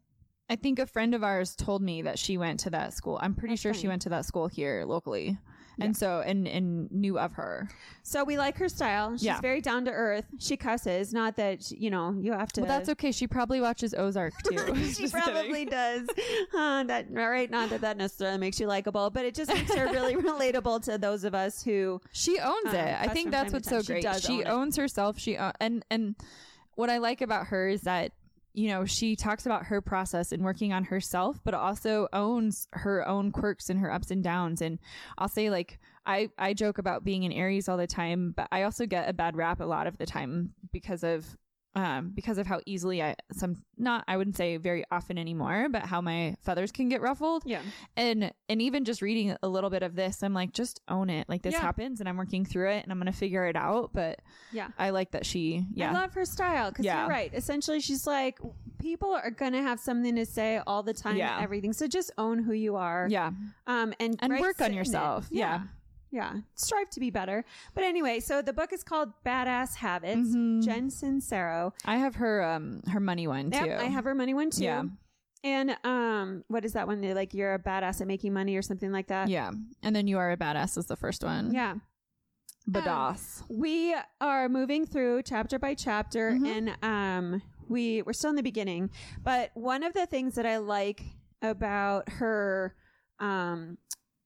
S2: I think a friend of ours told me that she went to that school. I'm pretty
S1: That's
S2: sure
S1: funny.
S2: she went to that school here locally, and so and and knew of her.
S1: So we like her style. She's
S2: Yeah.
S1: very down to earth. She cusses. Not that you know you have to.
S2: Well, that's okay. She probably watches Ozark too.
S1: she probably does. Uh, that all right? Not that that necessarily makes you likable, but it just makes her really relatable to those of us who.
S2: She owns
S1: Um,
S2: it. I
S1: that's
S2: think
S1: from
S2: that's
S1: time to
S2: what's
S1: time.
S2: so
S1: She
S2: great.
S1: does
S2: She,
S1: own it.
S2: owns herself. She own, and and what I like about her is that you know she talks about her process and working on herself, but also owns her own quirks and her ups and downs. And I'll say like I I joke about being an Aries all the time, but I also get a bad rap a lot of the time because of. Um, because of how easily I some not I wouldn't say very often anymore, but how my feathers can get ruffled
S1: Yeah.
S2: and and even just reading a little bit of this i'm like just own it like this
S1: Yeah.
S2: happens and i'm working through it and i'm gonna figure it out but
S1: Yeah.
S2: i like that she yeah
S1: I love her style because
S2: Yeah.
S1: you're right. Essentially, she's like, people are going to have something to say all the time,
S2: Yeah.
S1: everything. So just own who you are.
S2: yeah
S1: Um, and
S2: and
S1: right
S2: work
S1: sit
S2: on
S1: in it.
S2: yourself yeah.
S1: Yeah, strive to be better. But anyway, so the book is called Badass Habits.
S2: Mm-hmm.
S1: Jen Sincero.
S2: I have her um her money one too.
S1: Yep, I have her money one too.
S2: Yeah.
S1: And um, what is that one? They're Like you're a badass at making money or something like that.
S2: yeah, and then you are a badass is the first one.
S1: Yeah.
S2: badass.
S1: We are moving through chapter by chapter
S2: Mm-hmm.
S1: and um we we're still in the beginning, but one of the things that I like about her um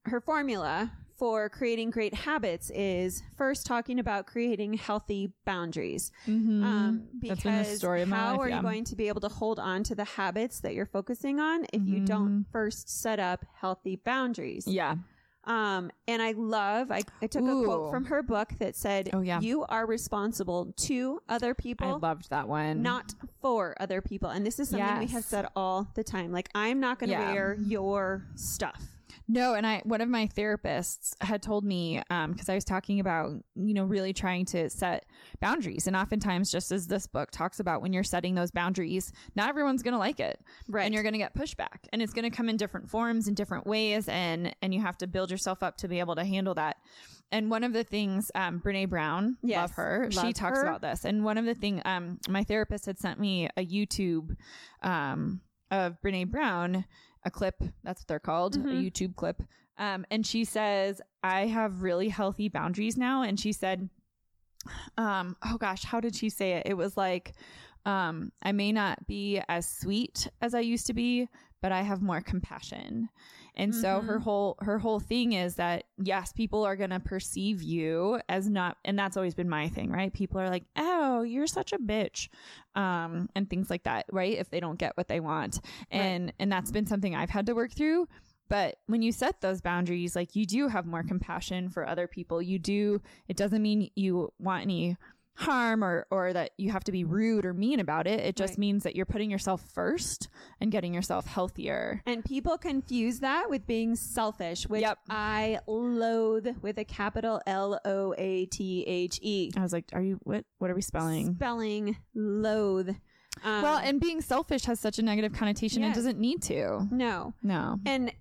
S1: her formula for creating great habits is first talking about creating healthy boundaries.
S2: mm-hmm.
S1: Um, because
S2: That's been the story of my
S1: how
S2: life,
S1: are
S2: yeah.
S1: you going to be able to hold on to the habits that you're focusing on if you don't first set up healthy boundaries?
S2: Mm-hmm. yeah,
S1: Um, and I love, I, I took a quote
S2: Ooh.
S1: from her book that said,
S2: Oh, yeah.
S1: You are responsible to other
S2: I
S1: people,
S2: loved that one.
S1: not for other people. And this is something we have
S2: Yes.
S1: said all the time. Like, I'm not going to
S2: Yeah.
S1: wear your stuff.
S2: No, and I one of my therapists had told me because I was talking about you know really trying to set boundaries, and oftentimes just as this book talks about, when you're setting those boundaries, not everyone's going to like it,
S1: Right.
S2: And you're going to get pushback, and it's going to come in different forms and different ways, and and you have to build yourself up to be able to handle that. And one of the things, um, Brene Brown,
S1: Yes,
S2: love her. she
S1: love
S2: talks
S1: her.
S2: about this. And one of the thing, um, my therapist had sent me a YouTube, um, of Brene Brown, a clip. That's what they're called, a
S1: Mhm.
S2: YouTube clip. Um, and she says, I have really healthy boundaries now. And she said, um, oh gosh, how did she say it? It was like, um, I may not be as sweet as I used to be, but I have more compassion. And so her whole her whole thing is that yes, people are going to perceive you as not and that's always been my thing, right? People are like, "Oh, you're such a bitch." Um and things like that, right? If they don't get what they want. And and that's been something I've had to work through. But when you set those boundaries, like you do have more compassion for other people. You do it doesn't mean you want any harm or or that you have to be rude or mean about it. It just
S1: Right.
S2: means that you're putting yourself first and getting yourself healthier.
S1: And people confuse that with being selfish, which
S2: Yep.
S1: I loathe with a capital L O A T H E.
S2: I was like, "Are you what? What are we spelling?"
S1: Spelling loathe. Um,
S2: well, and being selfish has such a negative connotation;
S1: Yes.
S2: it doesn't need to.
S1: no.
S2: No,
S1: and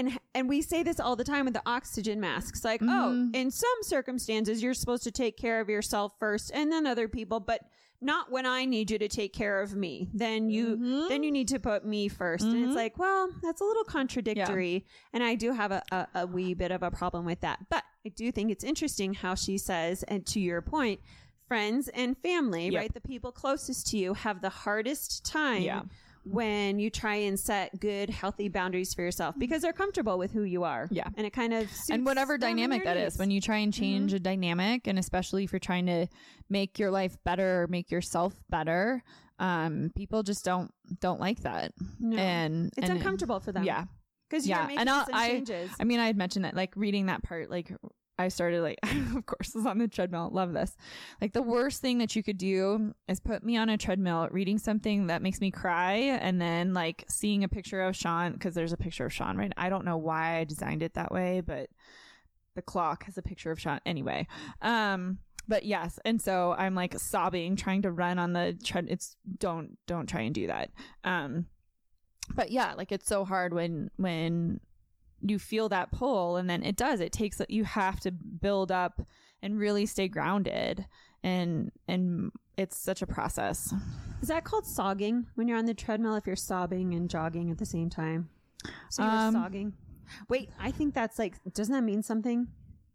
S1: and and we say this all the time with the oxygen masks like oh
S2: Mhm.
S1: in some circumstances you're supposed to take care of yourself first and then other people but not when i need you to take care of me then you
S2: Mm-hmm.
S1: then you need to put me 1st and it's like well that's a little contradictory and i do have a, a, a wee bit of a problem with that but i do think it's interesting how she says and to your point friends and family
S2: Yep.
S1: right the people closest to you have the hardest time
S2: Yeah.
S1: when you try and set good, healthy boundaries for yourself because they're comfortable with who you are.
S2: Mm-hmm. Yeah.
S1: And it kind of suits
S2: and whatever
S1: them and
S2: dynamic
S1: their
S2: that is,
S1: needs.
S2: when you try and change a dynamic, and especially if you're trying to make your life better or make yourself better, um, people just don't don't like that,
S1: No.
S2: and
S1: it's
S2: and-
S1: uncomfortable for them.
S2: Yeah,
S1: Because
S2: yeah,
S1: you're making
S2: and I'll-
S1: some
S2: I-
S1: changes.
S2: I mean, I had mentioned that, like reading that part, like I started, like of course, was on the treadmill. Love this. Like the worst thing that you could do is put me on a treadmill reading something that makes me cry, and then like seeing a picture of Sean because there's a picture of Sean right. I don't know why I designed it that way, but the clock has a picture of Sean anyway. Um. But yes, and so I'm like sobbing, trying to run on the tread. It's don't don't try and do that. Um, but yeah, like it's so hard when when you feel that pull and then it does it takes you have to build up and really stay grounded and and it's such a process
S1: is that called sogging when you're on the treadmill if you're sobbing and jogging at the same time? So you're
S2: Um,
S1: sogging. Wait, I think that's like, doesn't that mean something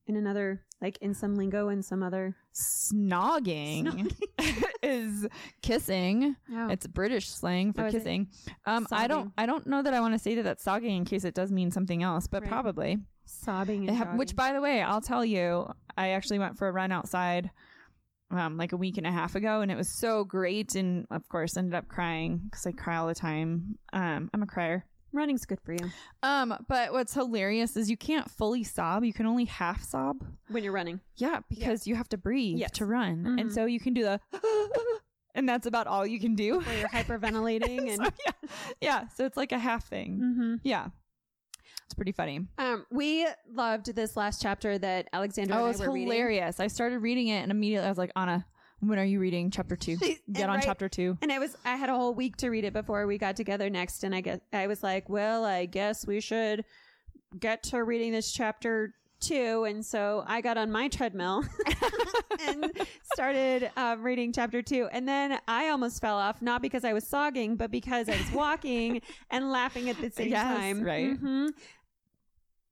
S1: in another, like in some lingo and some other?
S2: snogging, is kissing
S1: Oh.
S2: it's british slang for
S1: Oh, is it?
S2: kissing um i don't
S1: Sogging.
S2: i don't know that i want to say that that's sogging in case it does mean something else but
S1: Right.
S2: probably
S1: Sobbing
S2: They
S1: and
S2: have,
S1: jogging.
S2: which, by the way, I'll tell you, I actually went for a run outside um, like a week and a half ago, and it was so great. And of course, ended up crying because I cry all the time. Um, I'm a crier.
S1: Running's good for you
S2: Um, but what's hilarious is you can't fully sob; you can only half sob.
S1: when you're running.
S2: Yeah, because you have to breathe
S1: Yes.
S2: to run, and so you can do the, and that's about all you can do.
S1: Where you're hyperventilating and
S2: So, yeah, yeah. So it's like a half thing.
S1: Mhm.
S2: Yeah, it's pretty funny.
S1: Um, we loved this last chapter that Alexandra
S2: Oh,
S1: and I
S2: it's
S1: were reading.
S2: hilarious. I started reading it and immediately I was like, Anna, when are you reading chapter two?
S1: She's-
S2: Get
S1: and
S2: on
S1: right-
S2: chapter two.
S1: And I was I had a whole week to read it before we got together next and I guess I was like, Well, I guess we should get to reading this chapter two, and so I got on my treadmill and started um, reading chapter two. And then I almost fell off, not because I was sogging, but because I was walking and laughing at the same
S2: Yes,
S1: time.
S2: right.
S1: Mhm.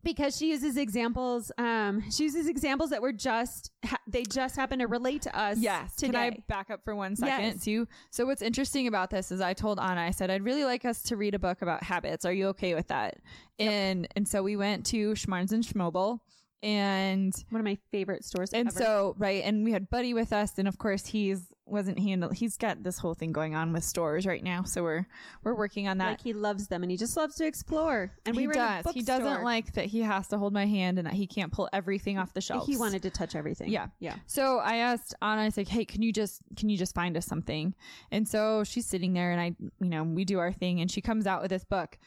S1: Because she uses examples, um, she uses examples that were just ha- they just happen to relate to us.
S2: Yes.
S1: today.
S2: Can I back up for one second
S1: Yes.
S2: too? So what's interesting about this is I told Anna, I said, I'd really like us to read a book about habits. Are you okay with that? And and so we went to Schmarns and Schmobel and
S1: One of my favorite stores.
S2: and
S1: ever.
S2: so right, and we had Buddy with us, and of course he's wasn't handled he's got this whole thing going on with stores right now. So we're we're working on that.
S1: like he loves them, and he just loves to explore. And
S2: he
S1: we were in a
S2: does. He doesn't
S1: bookstore.
S2: like that he has to hold my hand and that he can't pull everything off the shelf.
S1: He wanted to touch everything.
S2: Yeah.
S1: yeah.
S2: So I asked Anna, I was like, "Hey, can you just can you just find us something?" And so she's sitting there, and I, you know, we do our thing, and she comes out with this book.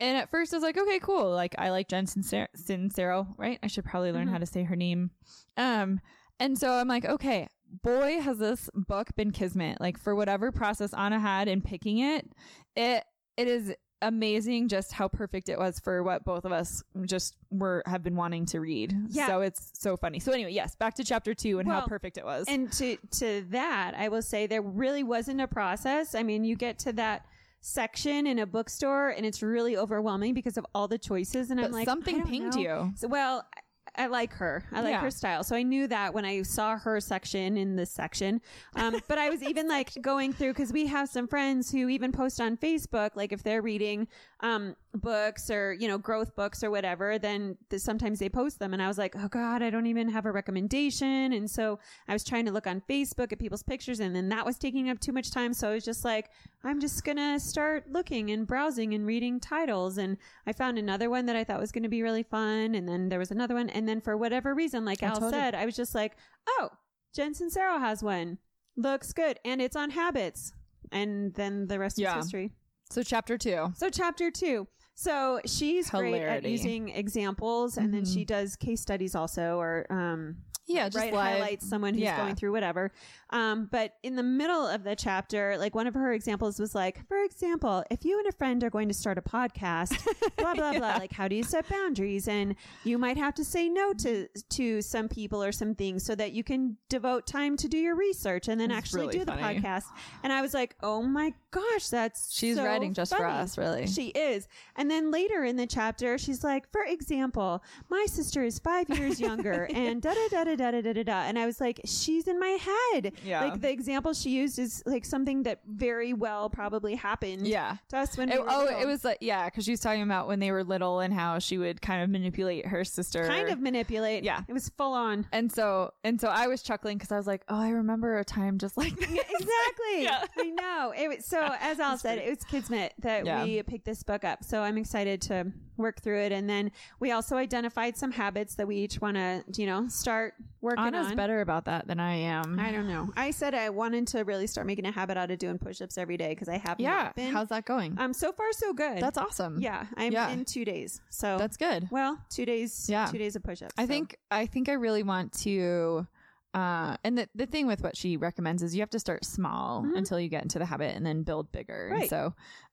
S2: And at first, I was like, "Okay, cool." Like I like Jen Sincer- Sincero, right? I should probably learn how to say her name. Um, and so I'm like, "Okay, boy, has this book been kismet? Like for whatever process Anna had in picking it, it it is." amazing just how perfect it was for what both of us just were have been wanting to read
S1: Yeah.
S2: so it's so funny so anyway yes back to chapter two and how
S1: Well,
S2: perfect it was
S1: And to to that, I will say there really wasn't a process. I mean, you get to that section in a bookstore and it's really overwhelming because of all the choices and I'm
S2: But
S1: like
S2: something
S1: I don't
S2: pinged
S1: know.
S2: you.
S1: So, well, I, I like her. I like
S2: Yeah.
S1: her style. So I knew that when I saw her section in this section. Um, but I was even like going through because we have some friends who even post on Facebook, like if they're reading um, books or, you know, growth books or whatever, then th- sometimes they post them. And I was like, oh God, I don't even have a recommendation. And so I was trying to look on Facebook at people's pictures and then that was taking up too much time. So I was just like, I'm just going to start looking and browsing and reading titles. And I found another one that I thought was going to be really fun. And then there was another one. And then for whatever reason, like Al
S2: totally-
S1: said, I was just like, oh, Jen Sincero has one. Looks good. And it's on habits. And then the rest
S2: Yeah.
S1: is history.
S2: so chapter two
S1: So chapter two. So she's great at
S2: Hilarity. Mm-hmm.
S1: using examples, and then she does case studies also, or um,
S2: yeah just
S1: right
S2: live.
S1: highlights someone who's
S2: Yeah.
S1: going through whatever. Um, but in the middle of the chapter, like one of her examples was like, for example, if you and a friend are going to start a podcast, blah blah blah. Like, how do you set boundaries? And you might have to say no to to some people or some things so that you can devote time to do your research and then
S2: It's
S1: actually
S2: really
S1: do the
S2: funny.
S1: podcast. And I was like, oh my gosh, that's
S2: she's
S1: so
S2: writing just for
S1: funny.
S2: us really
S1: She is. And then later in the chapter, she's like, for example, my sister is five years younger and da da da da da da da da da. And I was like, she's in my head.
S2: Yeah.
S1: Like the example she used is like something that very well probably happened
S2: yeah
S1: to us when
S2: It-
S1: we were
S2: oh
S1: little.
S2: it was like yeah because she was talking about when they were little and how she would kind of manipulate her sister
S1: kind of manipulate.
S2: Yeah.
S1: It was full on.
S2: and so and so i was chuckling because i was like oh i remember a time just like that
S1: exactly. I know. It was, so as Al said, it was kismet that
S2: Yeah.
S1: we picked this book up. So I'm excited to work through it, and then we also identified some habits that we each want to, you know, start working
S2: anna's
S1: on.
S2: better about that than i am
S1: I don't know. I said I wanted to really start making a habit out of doing push-ups every day because I have
S2: yeah
S1: not been.
S2: how's that going
S1: um, so far so good.
S2: that's awesome
S1: yeah. I'm
S2: Yeah.
S1: in two days. So
S2: that's good
S1: well, two days.
S2: Yeah.
S1: two days of push-ups.
S2: I
S1: so.
S2: think I think I really want to uh and the, the thing with what she recommends is you have to start small
S1: Mhm.
S2: until you get into the habit and then build bigger. And
S1: Right.
S2: so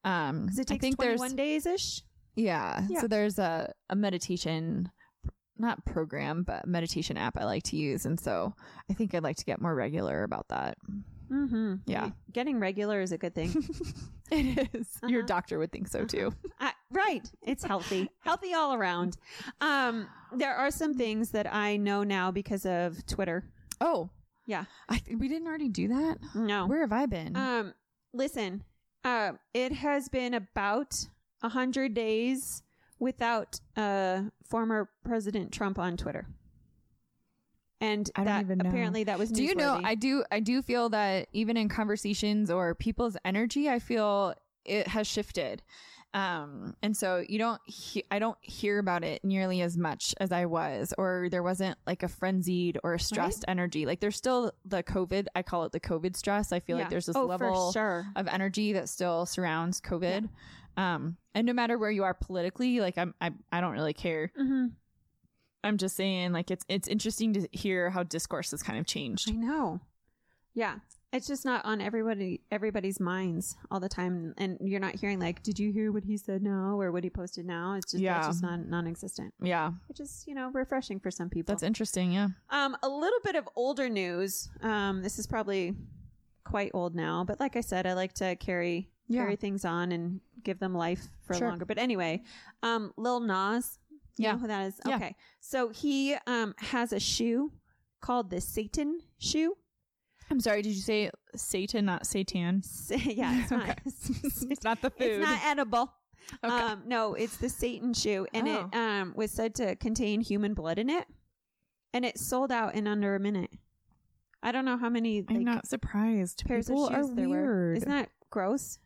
S2: um
S1: 'Cause it
S2: I
S1: takes
S2: think there's
S1: 21 days ish.
S2: yeah,
S1: Yeah.
S2: So there's a, a meditation not program, but meditation app I like to use. And so I think I'd like to get more regular about that.
S1: Mm-hmm.
S2: Yeah.
S1: Getting regular is a good thing.
S2: It Your
S1: Uh-huh.
S2: doctor would think so too.
S1: I, right. It's healthy, healthy all around. Um, there are some things that I know now because of Twitter.
S2: Oh.
S1: Yeah.
S2: I th- we didn't already do that.
S1: No.
S2: Where have I been?
S1: Um, listen, uh, it has been about a hundred days without uh, former President Trump on Twitter, and
S2: I don't
S1: that
S2: even know.
S1: apparently that was.
S2: do you know
S1: newsworthy.
S2: i do i do feel that even in conversations or people's energy i feel it has shifted um and so you don't he- i don't hear about it nearly as much as i was or there wasn't like a frenzied or a stressed energy like there's still the covid i call it the covid stress i feel
S1: Yeah.
S2: like there's this
S1: oh,
S2: level
S1: for sure.
S2: of energy that still surrounds covid um and no matter where you are politically like i'm i, I don't really care
S1: Mhm.
S2: i'm just saying like it's it's interesting to hear how discourse has kind of changed
S1: I know. Yeah, It's just not on everybody everybody's minds all the time, and you're not hearing like, "Did you hear what he said now?" or "What he posted now?" It's just yeah.
S2: Yeah.
S1: just non non-existent,
S2: Yeah.
S1: which is you know refreshing for some people.
S2: That's interesting. Yeah.
S1: Um, a little bit of older news. Um, this is probably quite old now, but like I said, I like to carry
S2: Yeah.
S1: carry things on and give them life for
S2: Sure.
S1: longer. But anyway, um, Lil Nas, you
S2: Yeah.
S1: know who that is?
S2: Yeah.
S1: Okay, so he um has a shoe called the Satan shoe.
S2: I'm sorry. Did you say Satan, not Satan?
S1: S- yeah, it's not.
S2: Okay. It's not the food.
S1: It's not edible.
S2: Okay. Oh.
S1: Um, no, it's the Satan shoe, and it um, was said to contain human blood in it, and it sold out in under a minute. I don't know how many
S2: I'm
S1: like,
S2: not surprised.
S1: pairs
S2: People
S1: of shoes
S2: are
S1: there were.
S2: weird.
S1: Isn't that gross?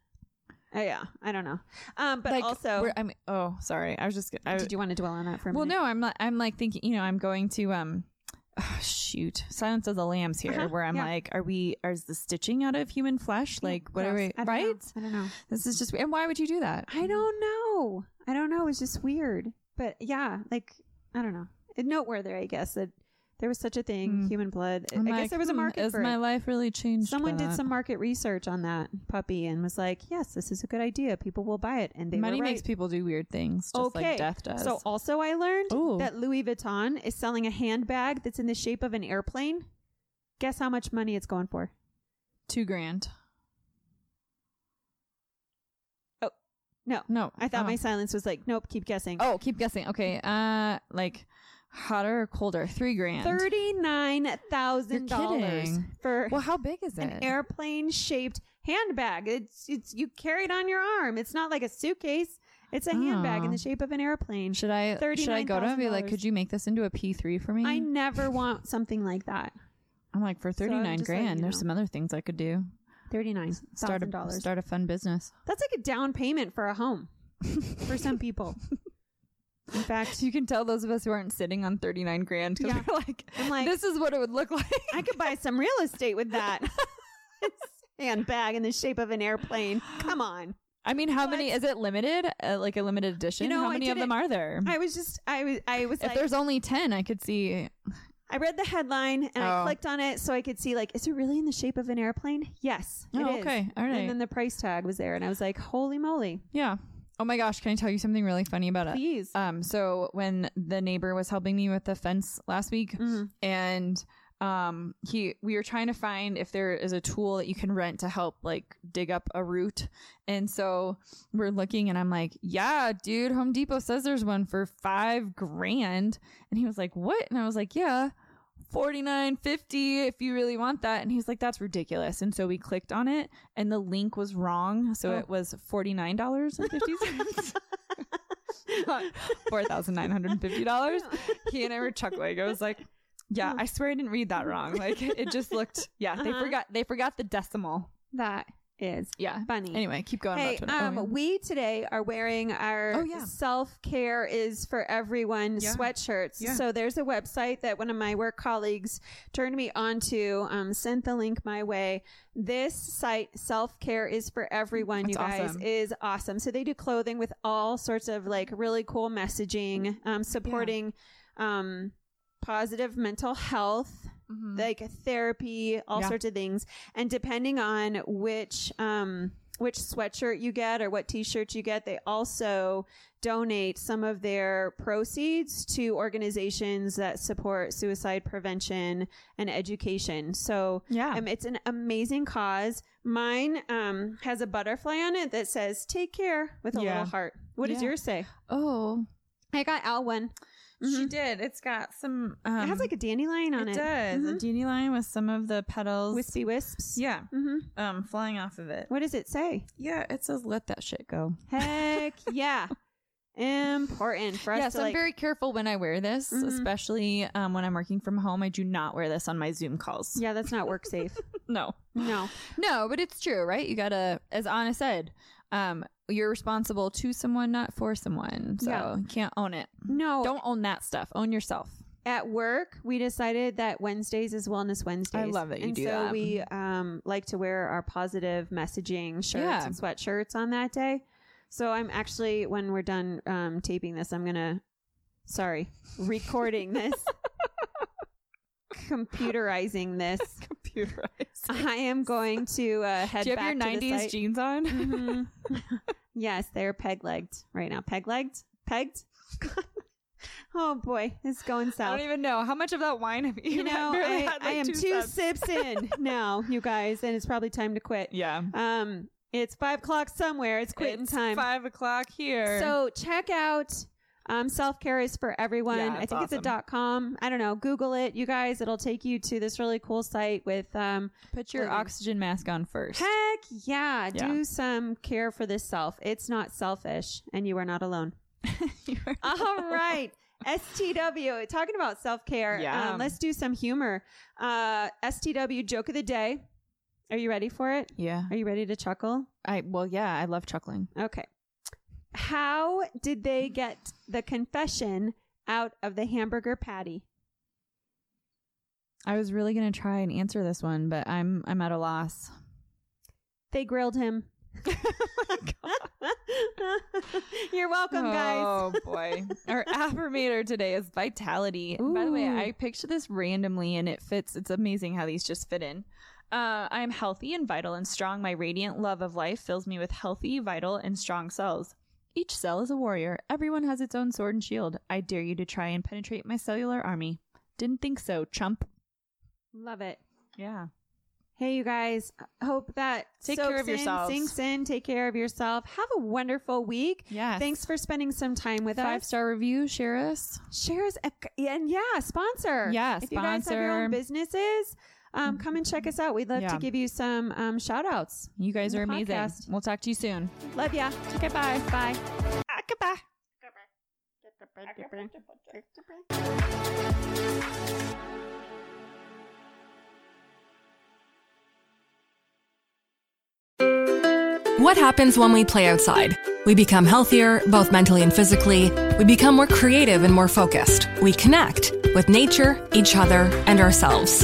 S1: Oh, yeah, I don't know. Um, but
S2: Like,
S1: also,
S2: we're- I mean, oh, sorry. I was just. I,
S1: did you want to dwell on that for a
S2: well,
S1: minute?
S2: no, I'm not. I'm like thinking. You know, I'm going to um, shoot, Silence of the Lambs here,
S1: Uh-huh,
S2: where I'm
S1: yeah.
S2: like, are we? Are is the stitching out of human flesh? Like, what are we?
S1: I don't know.
S2: Right?
S1: I don't know.
S2: This is just. And why would you do that?
S1: I don't know. I don't know. It's just weird. But yeah, like I don't know. It- Noteworthy, I guess that there was such a thing,
S2: Hmm.
S1: human blood. I-
S2: I'm
S1: I
S2: like,
S1: guess there was a
S2: hmm,
S1: market
S2: Has
S1: for
S2: my
S1: it.
S2: life really changed?
S1: Someone
S2: by
S1: did
S2: that?
S1: some market research on that puppy and was like, "Yes, this is a good idea. People will buy it." And they
S2: Money
S1: were right.
S2: makes people do weird things, just
S1: okay.
S2: like death does.
S1: So also, I learned
S2: Ooh.
S1: that Louis Vuitton is selling a handbag that's in the shape of an airplane. Guess how much money it's going for?
S2: two grand.
S1: No,
S2: No,
S1: I thought
S2: oh.
S1: my silence was like, "Nope, keep guessing."
S2: Oh, keep guessing. Okay, uh, like hotter or colder? Three grand.
S1: Thirty-nine thousand dollars
S2: kidding.
S1: for
S2: Well, how big is it?
S1: an airplane shaped handbag. It's it's you carry it on your arm. It's not like a suitcase. It's a handbag in
S2: Oh.
S1: the shape of an airplane.
S2: Should I should I go to him and be like,
S1: $39,000?
S2: could you make this into a P three for me?
S1: I never want something like that.
S2: I'm like for
S1: So I'm
S2: thirty nine
S1: just letting
S2: grand.
S1: you
S2: There's
S1: know.
S2: some other things I could do.
S1: Thirty nine
S2: Start
S1: thousand
S2: a
S1: dollars.
S2: start a fun business.
S1: That's like a down payment for a home for some people. In fact,
S2: You can tell those of us who aren't sitting on thirty nine grand
S1: 'cause Yeah.
S2: we're like,
S1: I'm like,
S2: this is what it would look like.
S1: I could buy some real estate with that handbag in the shape of an airplane. Come on.
S2: I mean, how
S1: What?
S2: many is it limited? Uh, like a limited edition?
S1: know,
S2: how
S1: I
S2: many of them
S1: didn't-
S2: are there?
S1: I was just I was I was
S2: if
S1: like
S2: there's only ten, I could see.
S1: I read the headline and I
S2: Oh.
S1: clicked on it so I could see like, is it really in the shape of an airplane? Yes. it
S2: Oh,
S1: is.
S2: okay. All right.
S1: And then the price tag was there, and I was like, holy moly,
S2: Yeah. Oh my gosh, can I tell you something really funny about it?
S1: please.
S2: Um, so when the neighbor was helping me with the fence last week,
S1: Mhm.
S2: and um, he we were trying to find if there is a tool that you can rent to help like dig up a root, and so we're looking, and I'm like, yeah, dude, Home Depot says there's one for five grand, and he was like, what? And I was like, yeah. 49.50 if you really want that and he was like that's ridiculous and so we clicked on it and the link was wrong so
S1: Oh.
S2: it was $49.50 four thousand nine hundred and fifty dollars. He and I were chuckling. I was like, "Yeah, I swear I didn't read that wrong. Like it just looked. Yeah, they
S1: Uh-huh.
S2: forgot. They forgot the decimal.
S1: that is
S2: Yeah.
S1: funny.
S2: Anyway, keep going.
S1: Hey,
S2: about Twitter.
S1: um,
S2: Oh, yeah.
S1: we today are wearing our
S2: Oh, yeah.
S1: self care is for everyone
S2: Yeah.
S1: sweatshirts.
S2: Yeah.
S1: So there's a website that one of my work colleagues turned me onto, um, sent the link my way. This site, self care is for everyone, you
S2: That's
S1: guys,
S2: awesome.
S1: is awesome. So they do clothing with all sorts of like really cool messaging, um, supporting, um, positive mental health
S2: Mm-hmm.
S1: like therapy, all
S2: Mm. Yeah.
S1: sorts of things. And depending on which um which sweatshirt you get or what t-shirt you get, they also donate some of their proceeds to organizations that support suicide prevention and education. So
S2: Yeah.
S1: um, it's an amazing cause. Mine um, has a butterfly on it that says "Take care" with a
S2: Yeah.
S1: little heart. What does
S2: Yeah.
S1: yours say?
S2: oh,
S1: I got Al one. Mhm.
S2: did. It's got some. Um,
S1: it has like a dandelion on it.
S2: does a
S1: Mhm.
S2: dandelion with some of the petals.
S1: Wispy wisps.
S2: yeah,
S1: hmm
S2: um, flying off of it.
S1: What does it say?
S2: Yeah, it says let that shit go.
S1: Heck yeah. Important for us
S2: Yes,
S1: to
S2: I'm
S1: like
S2: very careful when I wear this,
S1: Mhm.
S2: especially um, when I'm working from home. I do not wear this on my Zoom calls.
S1: Yeah, that's not work safe.
S2: No.
S1: No.
S2: No, but it's true, right? You gotta, as Anna said, um, you're responsible to someone, not for someone. So
S1: Yeah.
S2: you can't own it.
S1: No.
S2: Don't own that stuff. Own yourself.
S1: At work, we decided that Wednesdays is Wellness Wednesdays.
S2: love that you
S1: and
S2: do
S1: so
S2: that.
S1: we um like to wear our positive messaging shirts
S2: Yeah.
S1: and sweatshirts on that day. So I'm actually when we're done um taping this, I'm gonna sorry, recording this. computerizing this
S2: computerized.
S1: I am going to uh, head
S2: Do you
S1: back
S2: have your
S1: to the
S2: 90s
S1: site.
S2: jeans on?
S1: Mhm. yes, they're peg legged right now. Peg legged? Pegged? God. oh boy, it's going
S2: I
S1: south.
S2: don't even know. How much of that wine have you,
S1: You
S2: had?
S1: know,
S2: Barely
S1: I,
S2: had,
S1: I
S2: like,
S1: am two, sips in now, you guys, and it's probably time to quit.
S2: Yeah.
S1: Um, it's five o'clock somewhere. It's quitting
S2: It's
S1: time.
S2: Five o'clock here.
S1: So check out um, Self Care is for Everyone.
S2: Yeah,
S1: I
S2: it's
S1: think it's a
S2: awesome.
S1: dot com. I don't know. Google it, you guys. It'll take you to this really cool site with um,
S2: put your
S1: Living.
S2: oxygen mask on first.
S1: heck yeah,
S2: Yeah.
S1: do some care for this self. It's not selfish, and you are not alone.
S2: You are-
S1: All right. STW, talking about self care.
S2: Yeah.
S1: Um, let's do some humor. Uh, STW joke of the day. Are you ready for it?
S2: yeah.
S1: Are you ready to chuckle?
S2: I well, yeah. I love chuckling.
S1: Okay. How did they get the confession out of the hamburger patty?
S2: I was really gonna try and answer this one, but I'm I'm at a loss.
S1: They grilled him.
S2: Oh
S1: You're welcome, guys.
S2: Oh boy. Our affirmator today is vitality. And By the way,
S1: Ooh.
S2: I pictured this randomly and it fits. It's amazing how these just fit in. Uh, I am healthy and vital and strong. My radiant love of life fills me with healthy, vital, and strong cells. Each cell is a warrior. Everyone has its own sword and shield. I dare you to try and penetrate my cellular army. Didn't think so, chump.
S1: Love it.
S2: Yeah.
S1: Hey, you guys. Hope that
S2: Take care
S1: soaks
S2: of
S1: in,
S2: yourselves.
S1: Sinks in. Take care of yourself. Have a wonderful week.
S2: Yes.
S1: Thanks for spending some time with
S2: Five
S1: us.
S2: star review, share us.
S1: Share us a, and yeah, sponsor.
S2: Yeah,
S1: If you guys have your own
S2: sponsor. Mm-hmm.
S1: businesses, um, come and check us out. We'd love to
S2: Yeah.
S1: give you some um, shout outs.
S2: You guys
S1: The
S2: are amazing.
S1: podcast.
S2: We'll talk to you soon.
S1: Love ya. Okay, bye. Bye.
S2: Ah, goodbye.
S6: What happens when we play outside? We become healthier, both mentally and physically. We become more creative and more focused. We connect with nature, each other, and ourselves.